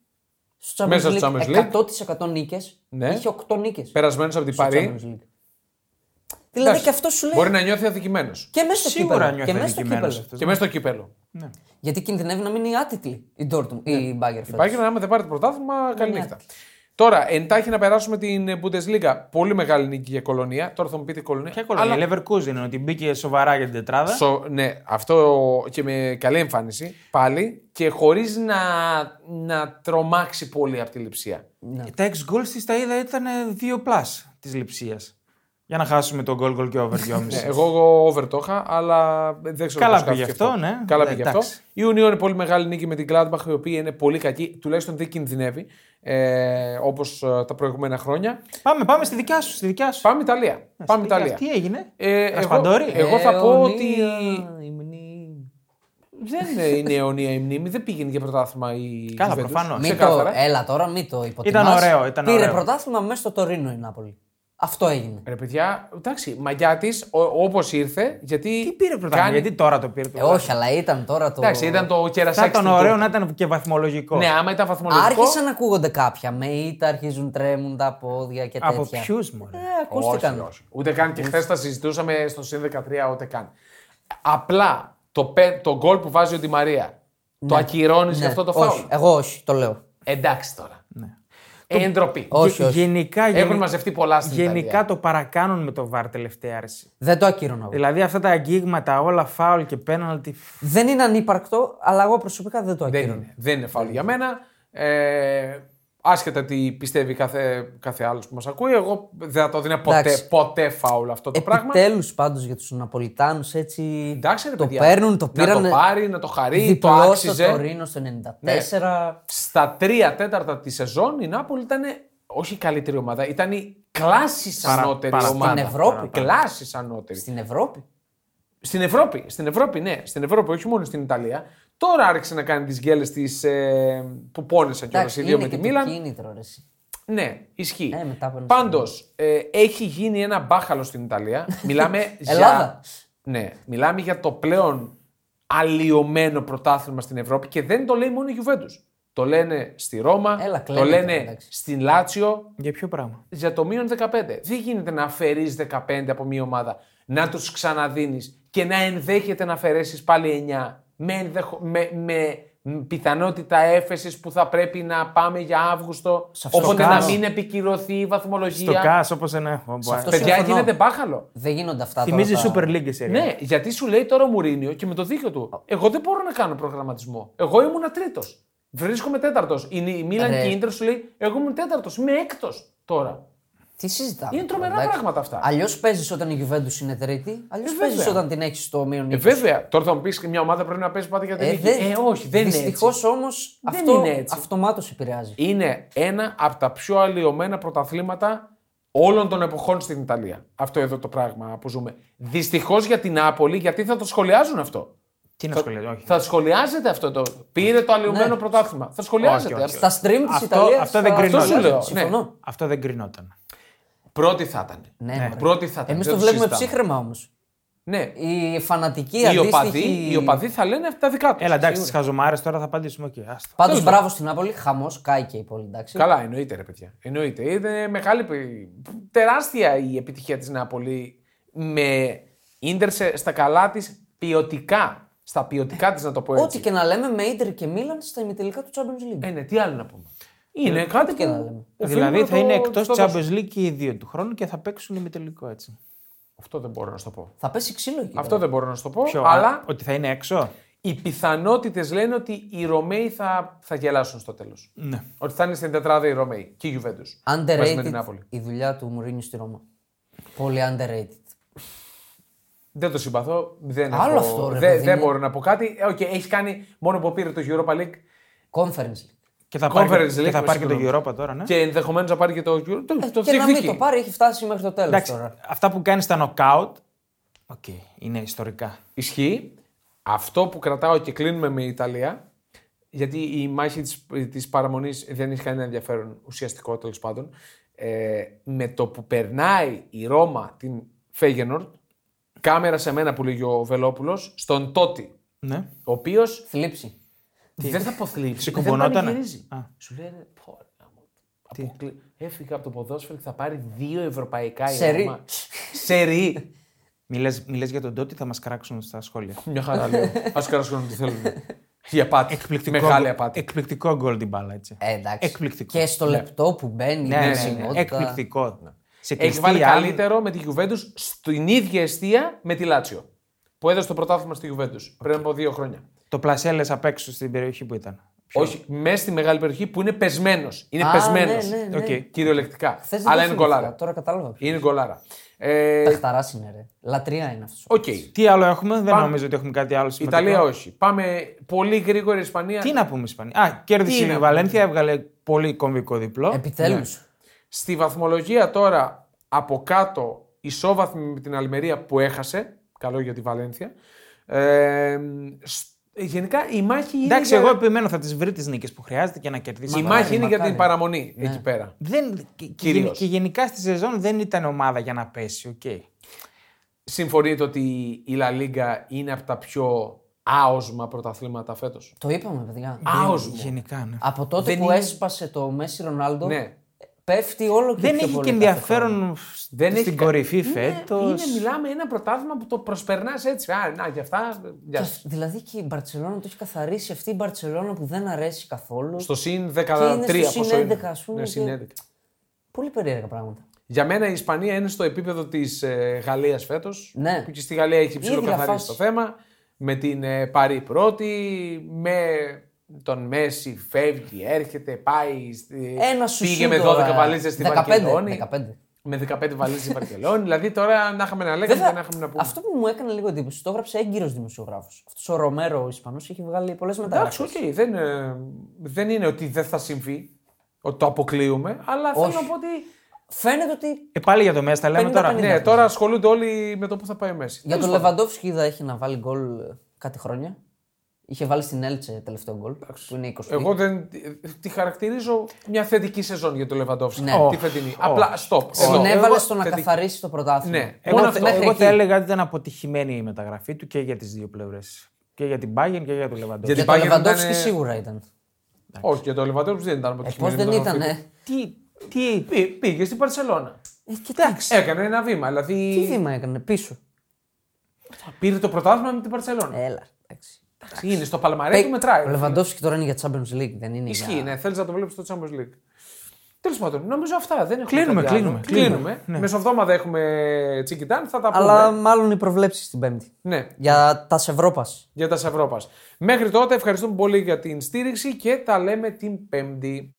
S3: Στο Champions
S1: Μέσα στο
S3: League,
S1: Champions League.
S3: 100% νίκες.
S1: Ναι.
S3: Είχε 8 νίκες.
S1: Περασμένος από την Παρή.
S3: Δηλαδή και αυτό σου λέει.
S1: Μπορεί να νιώθει αδικημένος.
S3: Και μέσα στο
S2: Σίγουρα
S3: κύπελο.
S2: νιώθει
S3: Και μέσα στο
S2: αδικημένος
S3: κύπελο.
S2: αυτός.
S1: Και μέσα στο κύπελο.
S3: Γιατί κινδυνεύει να μείνει άτιτλη η Dortmund,
S1: Ναι.
S3: η Bayern φέτος.
S1: Υπάρχει να άμα δεν πάρει το πρωτάθλημα,
S2: Ναι,
S1: καληνύχτα. Τώρα, εντάχει να περάσουμε την Bundesliga. Πολύ μεγάλη νίκη για κολονία. Τώρα θα μου πείτε κολονία.
S2: Ποια ε? κολλάει.
S1: Αλλά-
S2: Η Leverkusen είναι ότι μπήκε σοβαρά για την τετράδα.
S1: Σο- ναι, αυτό και με καλή εμφάνιση πάλι και χωρίς να, να τρομάξει πολύ από τη λειψία. Ναι,
S2: Τα 6 goals τη τα είδα ήταν 2 plus της λειψίας. Για να χάσουμε τον goal goal και over 2,5. <laughs>
S1: Ναι, εγώ, εγώ over το είχα, αλλά δεν ξέρω
S2: Καλά
S1: πώς
S2: πήγε
S1: χάθηκε
S2: αυτό, ναι.
S1: Καλά
S2: Ε,
S1: πήγε αυτό.
S2: εντάξει.
S1: Η Union είναι πολύ μεγάλη νίκη με την Gladbach, η οποία είναι πολύ κακή, τουλάχιστον δεν κινδυνεύει ε, όπως τα προηγούμενα χρόνια.
S2: πάμε, πάμε Ε, στη δικιά σου. Στη δικιά σου.
S1: Πάμε Ιταλία. Πάμε
S2: Στη δικιά σου.
S1: Ιταλία.
S2: Τι έγινε.
S1: Ε, εγώ,
S2: Ρασπαντόρι.
S1: εγώ θα πω ότι
S3: Αιωνία η μνήμη.
S1: δεν είναι αιωνία η μνήμη, δεν πήγαινε για πρωτάθλημα η
S2: Καλά,
S1: Juventus,
S2: προφανώς.
S3: Μη το, ε.
S1: ξεκάθαρα.
S3: έλα τώρα, μην το υποτιμάς.
S2: Ήταν ωραίο, ήταν
S3: Πήρε
S2: ωραίο.
S3: πρωτάθλημα μέσα στο Τωρίνο η Νάπολη. Αυτό έγινε.
S1: Ρε παιδιά, εντάξει, μαγιά της όπως ήρθε, γιατί.
S2: Τι πήρε πρωτάθλημα,
S1: κάνει-
S2: γιατί τώρα το πήρε το
S3: Ε, όχι, αλλά ήταν τώρα το.
S1: Εντάξει, ήταν το
S2: Θα
S1: κερασάκι.
S2: ήταν
S1: στην
S2: ωραίο
S1: τούρτα.
S2: να ήταν και βαθμολογικό.
S1: Ναι, άμα ήταν βαθμολογικό.
S3: Άρχισαν να ακούγονται κάποια. Με ήττα αρχίζουν τρέμουν τα πόδια και τέτοια.
S2: Από ποιου μόνο.
S3: Ε, ακούστηκαν.
S1: Όχι, όχι. Ούτε καν και χθες τα συζητούσαμε στο συν 13, ούτε καν. Απλά το, πε- το γκολ που βάζει ο Ντι Μαρία. Το ακυρώνεις
S3: Ναι,
S1: για αυτό το φάουλ.
S3: όχι, εγώ όχι, το λέω.
S1: Εντάξει τώρα.
S2: Ναι.
S1: Ε, Εντροπή.
S3: Όχι, όχι.
S2: Γενικά,
S1: Έχουν
S2: γενι-
S1: μαζευτεί πολλά στην
S2: γενικά
S1: Ιταλία.
S2: το παρακάνουν με το βαρ τελευταία άρση.
S3: Δεν το ακύρωνα. εγώ.
S2: Δηλαδή αυτά τα αγγίγματα, όλα φάουλ και πέναλτι.
S3: Δεν είναι ανύπαρκτο, αλλά εγώ προσωπικά δεν το
S1: Δεν
S3: ακύρωνα.
S1: είναι, δεν είναι φάουλ για μένα. Ε, άσχετα τι πιστεύει κάθε, κάθε άλλος που μας ακούει, εγώ δεν θα το δίνω ποτέ,
S3: Εντάξει.
S1: ποτέ φάουλ αυτό το πράγμα.
S3: Επιτέλους πάντως για τους Ναπολιτάνους έτσι.
S1: Εντάξει, ρε
S3: το
S1: παιδιά.
S3: παίρνουν, το πήραν.
S1: Να το πάρει, να το χαρεί, το
S3: διπλό στο
S1: άξιζε.
S3: Τωρίνο στο 94.
S1: Στα τρία τέταρτα τη σεζόν η Νάπολη ήταν όχι η καλύτερη ομάδα, ήταν η κλάση
S2: Παρα-
S1: ανώτερη
S2: παρα-
S1: ομάδα.
S3: στην Ευρώπη.
S1: Κλάση ανώτερη.
S3: Στην Ευρώπη.
S1: Στην Ευρώπη, στην Ευρώπη, ναι, στην Ευρώπη, όχι μόνο στην Ιταλία. Τώρα άρχισε να κάνει τις γέλε της ε, που πόνεσαν κιόλας
S3: Εντάξει,
S1: οι δύο
S3: είναι
S1: με
S3: και
S1: τη
S3: το
S1: Μίλαν.
S3: κίνητρο, ρε, εσύ.
S1: Ναι, ισχύει.
S3: Ε, μετά από ένα
S1: Πάντως, ε, έχει γίνει ένα μπάχαλο στην
S3: <laughs>
S1: Ιταλία. Μιλάμε για.
S3: Ελλάδα.
S1: Ναι, μιλάμε για το πλέον αλλοιωμένο πρωτάθλημα στην Ευρώπη και δεν το λέει μόνο η Juventus. Το λένε στη Ρώμα,
S3: Έλα,
S1: το
S3: κλαίνε
S1: λένε
S3: τώρα, εντάξει.
S1: στην Λάτσιο
S2: Για ποιο πράγμα.
S1: για το μείον 15. Δεν γίνεται να αφαιρείς 15 από μία ομάδα, να τους ξαναδίνεις και να ενδέχεται να αφαιρέσεις πάλι 9 με, ενδεχο... με, με πιθανότητα έφεσης που θα πρέπει να πάμε για Αύγουστο.
S3: αυτό
S1: Οπότε να
S2: κάνω.
S1: μην επικυρωθεί η βαθμολογία.
S2: Στο ΚΑΣ, όπω ένα. ο Μπουάρ.
S3: αυτό
S1: Παιδιά,
S3: Συμφωνώ.
S1: γίνεται μπάχαλο.
S3: Δεν γίνονται αυτά
S2: Θυμίζει
S3: τώρα. τα-
S2: Super League σε
S1: Ναι, γιατί σου λέει τώρα ο Μουρίνιο και με το δίκιο του. Εγώ δεν μπορώ να κάνω προγραμματισμό. Εγώ ήμουν τρίτος. Βρίσκομαι τέταρτος. Η Μίλαν
S3: Ρε.
S1: και η Ίντερ σου λέει: Εγώ ήμουν τέταρτος. Είμαι έκτος τώρα.
S3: Τι συζητάμε.
S1: Είναι τρομερά πράγματα αυτά.
S3: Αλλιώς παίζεις όταν η Juventus είναι τρίτη, αλλιώς
S1: Ε,
S3: παίζεις
S1: βέβαια.
S3: όταν την έχεις στο μείον 20.
S1: Ε, βέβαια. Τώρα θα μου πεις και μια ομάδα πρέπει να παίζει πάντα για την νίκη.
S3: δεν-
S1: Ε, όχι, δεν είναι έτσι.
S3: Δυστυχώς όμως
S1: Δεν
S3: αυτό
S1: είναι έτσι. Ε,
S3: αυτομάτως επηρεάζει.
S1: Είναι ένα από τα πιο αλλοιωμένα πρωταθλήματα όλων των εποχών στην Ιταλία. Αυτό εδώ το πράγμα που ζούμε. Δυστυχώς για την Νάπολη, γιατί θα το σχολιάζουν αυτό.
S2: Τι να σχολιάζει, όχι.
S1: Θα σχολιάζεται αυτό το. Πήρε το αλλοιωμένο
S3: Ναι.
S1: πρωτάθλημα. Θα σχολιάζεται.
S2: Όχι, όχι,
S1: αυτό.
S3: Στα stream της
S2: Αυτό-
S3: Ιταλίας...
S2: αυτό δεν
S3: θα-
S2: κρίνω.
S1: Αυτό σου λέω,
S3: Συμφωνώ.
S1: ναι.
S2: Αυτό δεν κρινόταν.
S1: Πρώτη θα ήταν.
S3: Ναι, μωρέ.
S1: Πρώτη θα ήταν.
S3: Εμείς
S1: δεν
S3: το βλέπουμε
S1: συζητάμε.
S3: ψύχρεμα όμως.
S1: Ναι.
S3: Οι φανατικοί
S1: Οι
S3: αντίστοιχοι...
S1: οπαδοί, οι οπαδοί θα λένε αυτά τα δικά τους.
S2: Έλα εντάξει, τι χαζομάρες τώρα θα απαντήσουμε και. Άστα.
S3: Πάντως μπράβο στην Νάπολη, χαμός, κάει και η πόλη, εντάξει.
S1: Καλά, εννοείται ρε παιδιά. Εννοείται. Είναι μεγάλη, π- τεράστια η επιτυχία της Νάπολη με ίντερ σε- στα καλά της ποιοτικά. Στα ποιοτικά της να το πω
S3: Ό,τι
S1: έτσι.
S3: και να λέμε με Ίντερ και Μίλαν στα ημιτελικά του Champions League.
S1: Ε, ναι, τι άλλο να πούμε. Είναι κάτι
S3: και
S1: που
S3: να λέμε.
S1: οφείλουμε
S2: Δηλαδή
S1: να
S2: θα
S1: το-
S2: είναι
S1: το
S2: εκτό
S1: δώσουμε.
S2: Champions League και οι δύο του χρόνου και θα παίξουν ημιτελικό έτσι.
S1: Αυτό δεν μπορώ να σου το πω.
S3: Θα πέσει ξύλο εκεί.
S1: Αυτό
S3: τώρα.
S1: δεν μπορώ να σου το πω,
S2: Ποιο,
S1: αλλά
S2: Ότι θα είναι έξω.
S1: οι πιθανότητες λένε ότι οι Ρωμαίοι θα, θα γελάσουν στο τέλος.
S2: Ναι.
S1: Ότι θα είναι στην τετράδα οι Ρωμαίοι και η Juventus. Μαζί με την
S3: Underrated
S1: Νάπολη.
S3: η δουλειά του Μουρίνιου στη Ρώμα. Πολύ underrated.
S1: Δεν το συμπαθώ. Δεν,
S3: Άλλο
S1: έχω-
S3: αυτό, ρε
S1: δεν-
S3: παιδί
S1: δεν
S3: μου.
S1: μπορώ να πω κάτι. Ε, οκ, έχει κάνει μόνο που πήρε το Europa League
S3: Conference League.
S2: Και θα
S1: Conference
S2: πάρει, και
S1: League,
S2: θα πάρει και το
S1: συγγνώμη.
S2: Europa τώρα, ναι.
S1: και ενδεχομένως να πάρει και το Euro. Το, το
S3: Ε. και να μην
S1: διεκδικεί.
S3: το πάρει, έχει φτάσει μέχρι το τέλος
S2: Εντάξει,
S3: τώρα.
S2: αυτά που κάνεις στα knockout. Οκ, είναι ιστορικά.
S1: Ισχύει. Αυτό που κρατάω και κλείνουμε με Ιταλία, γιατί η μάχη της, της παραμονής δεν έχει κανένα ενδιαφέρον ουσιαστικό τέλος πάντων, ε, με το που περνάει η Ρώμα την Φέγενορτ, κάμερα σε μένα που λέγει ο Βελόπουλος, στον Τότι,
S2: Ναι.
S1: ο οποίος
S3: Θλίψη.
S1: Δεν θα αποθλίψει.
S2: Συγκομπωνότανε.
S1: Δεν πανηγυρίζει.
S2: Α.
S1: Σου λέει, ρε, πω, ρε, γάμο το. Αποκλει... Έφυγα από το ποδόσφαιρο και θα πάρει δύο ευρωπαϊκά η
S3: Σε ρί.
S1: Ρώμα. Σε ρί.
S2: Μιλές, μιλές για τον Τότι, θα μας κράξουν στα σχόλια.
S1: Μια χαρά λέω. Ας καρασκούν τι <laughs> θέλουν. Η απάτη.
S2: Εκπληκτικό,
S1: Μεγάλη απάτη.
S2: εκπληκτικό γκολ την μπάλα, έτσι.
S3: Ε, εντάξει.
S2: Εκπληκτικό.
S3: Και στο λεπτό που μπαίνει
S2: ναι,
S3: η
S2: ναι, ναι,
S3: σημειότητα.
S2: Εκπληκτικό. Σε
S1: Ναι. Έχει
S2: κλειστή
S1: βάλει
S2: άλλη-
S1: καλύτερο με τη Juventus στην ίδια αιστεία με τη Λάτσιο. Που έδωσε το πρωτάθλημα στη Juventus πριν από δύο χρόνια.
S2: Το πλασέλες απ' έξω στην περιοχή που ήταν.
S1: Όχι, μέσα στη μεγάλη περιοχή που είναι πεσμένος. Είναι
S3: Α,
S1: πεσμένος.
S3: ναι, ναι, ναι.
S2: Οκ.
S1: Κυριολεκτικά.
S3: Χθες δεν το
S1: Αλλά είναι
S3: θυμήθηκα,
S1: γκολάρα.
S3: Τώρα κατάλαβα. ποιος.
S1: Είναι γκολάρα. Ε,
S3: Παιχταράς είναι ρε. Λατρεία είναι αυτός.
S1: Οκ.
S2: Τι άλλο έχουμε, δεν
S1: Πάμε.
S2: νομίζω ότι έχουμε κάτι άλλο σημαντικό.
S1: Ιταλία όχι. Πάμε πολύ γρήγορα η Ισπανία.
S2: Τι να πούμε, Ισπανία. Α, κέρδισε
S1: να
S2: η
S1: πούμε.
S2: Βαλένθια, έβγαλε πολύ κομβικό διπλό. Ναι.
S3: Επιτέλου.
S1: Στη βαθμολογία τώρα από κάτω ισόβαθμη με την Αλμερία που έχασε. Καλό για τη Βαλένθια. Ε, σ- Ε, Γενικά η μάχη είναι.
S2: Εντάξει,
S1: για-
S2: εγώ επιμένω θα τις βρει τις νίκες που χρειάζεται και να κερδίσει.
S1: Η
S2: η
S1: μάχη είναι για
S3: μακάρι. Ναι.
S1: την παραμονή εκεί πέρα.
S2: Δεν, και, και
S1: Κυρίως.
S2: γεν- και γενικά στη σεζόν δεν ήταν ομάδα για να πέσει. οκ.
S1: Συμφωνείτε ότι η Λα Λίγκα είναι από τα πιο άοσμα πρωταθλήματα φέτος.
S3: Το είπαμε, παιδιά.
S1: Άοσμο.
S2: Γενικά, ναι.
S3: Από τότε
S1: Δεν
S3: που
S1: είναι-
S3: έσπασε το Μέση Ρονάλντο,
S1: Ναι.
S3: πέφτει όλο και
S2: Δεν
S3: πιο
S2: έχει
S3: πολύ
S2: και
S3: κάθε χρόνο.
S2: ενδιαφέρον
S1: Δεν
S2: στην
S1: έχει κα-
S2: κορυφή
S1: Είναι-
S3: Ε,
S2: φέτος.
S1: Είναι, μιλάμε ένα πρωτάθλημα που το προσπερνάς έτσι. Α, να, για αυτά. Για...
S3: Και- Δηλαδή και η Μπαρσελόνα το έχει καθαρίσει. Αυτή η Μπαρσελόνα που δεν αρέσει καθόλου.
S1: Στο συν 13
S3: Και είναι στο
S1: πόσο
S3: συν
S1: είναι.
S3: 11, ας πούμε,
S1: Ναι, συν
S3: και-
S1: 11.
S3: Πολύ περίεργα πράγματα.
S1: Για μένα η Ισπανία είναι στο επίπεδο της ε, Γαλλίας φέτος.
S3: Ναι.
S1: Που και στη Γαλλία έχει
S3: διαφάση.
S1: ψηλοκαθαρίσει το θέμα. Με την ε, Παρή πρώτη, με τον Μέση φεύγει, έρχεται, πάει. στη-
S3: Ένα σου
S1: πήγε με 12 βαλίτσε στη
S3: 15,
S1: Βαρκελόνη.
S3: 15.
S1: Με 15 βαλίτσε
S3: <laughs>
S1: στη Βαρκελόνη. δηλαδή τώρα να είχαμε να λέγαμε
S3: Βέβαια,
S1: και να είχαμε να πούμε.
S3: αυτό που μου έκανε λίγο εντύπωση, το έγραψε έγκυρος δημοσιογράφος. Αυτός ο Ρομέρο, ο Ισπανός, έχει βγάλει πολλές
S1: Εντάξει,
S3: μεταγραφές.
S1: οκ, δεν, ε, δεν είναι ότι δεν θα συμβεί, ότι το αποκλείουμε, αλλά θέλω να πω ότι.
S3: Φαίνεται ότι
S2: Ε, πάλι για το Μέση τα λέμε
S3: 50-50.
S2: τώρα.
S3: Ναι,
S1: Ναι, τώρα ασχολούνται όλοι με το που θα πάει ο Μέση.
S3: για τον Λεβαντόφσκι είδα έχει να βάλει γκολ ε, κάτι χρόνια. Είχε βάλει στην Έλτσε τελευταίο γκολ, που είναι 20.
S1: Εγώ δεν τη χαρακτηρίζω μια θετική σεζόν για τον Λεβαντόφσκι.
S3: Ναι.
S1: Τη φετινή. Απλά, stop.
S3: Συνέβαλε
S1: Εγώ-
S3: στο να
S1: θετική.
S3: καθαρίσει το πρωτάθλημα.
S1: Ναι.
S2: Εγώ,
S1: Μόνο
S2: θε-
S1: αυτό.
S2: εγώ
S3: εκεί.
S2: θα έλεγα ότι ήταν αποτυχημένη η μεταγραφή του και για τις δύο πλευρές. Και για την Bayern και για τον Λεβαντόφσκι.
S3: Για
S1: Γιατί
S3: τον
S1: Bayern
S3: Λεβαντόφσκι
S1: ήταν-
S3: σίγουρα ήταν.
S1: Όχι, για τον Λεβαντόφσκι δεν ήταν
S3: Ε,
S1: αποτυχημένη.
S3: Πώς δεν
S1: μεταγραφή.
S3: ήταν, ε.
S2: Τι, τι,
S1: Πή- Πήγε στην Παρσελώνα.
S3: Ε, Κοιτάξτε.
S1: Έκανε ένα βήμα.
S3: Τι
S1: Δηλαδή
S3: βήμα έκανε, πίσω.
S1: πήρε το πρωτάθλημα με την Παρσελώνα.
S3: Έλα. Ε, εντάξει. Ε,
S1: Είναι στο Παλμαρέ του μετράει.
S3: Ο Λεβαντόφσκι τώρα είναι για Champions League, δεν είναι
S1: Ισχύει,
S3: για...
S1: ναι, θέλεις να το βλέπεις στο Champions League. Τέλος πάντων, νομίζω αυτά. Δεν έχουμε
S2: Κλείνουμε,
S1: κάτι άλλο.
S2: κλείνουμε,
S1: κλείνουμε.
S2: κλείνουμε. Ναι.
S1: Μεσοβδόμαδα έχουμε τσικιτάν, θα τα πούμε.
S3: Αλλά μάλλον οι προβλέψεις την Πέμπτη.
S1: Ναι,
S3: Για τα Ευρώπας.
S1: για τα Ευρώπας. Μέχρι τότε ευχαριστούμε πολύ για την στήριξη και τα λέμε την Πέμπτη.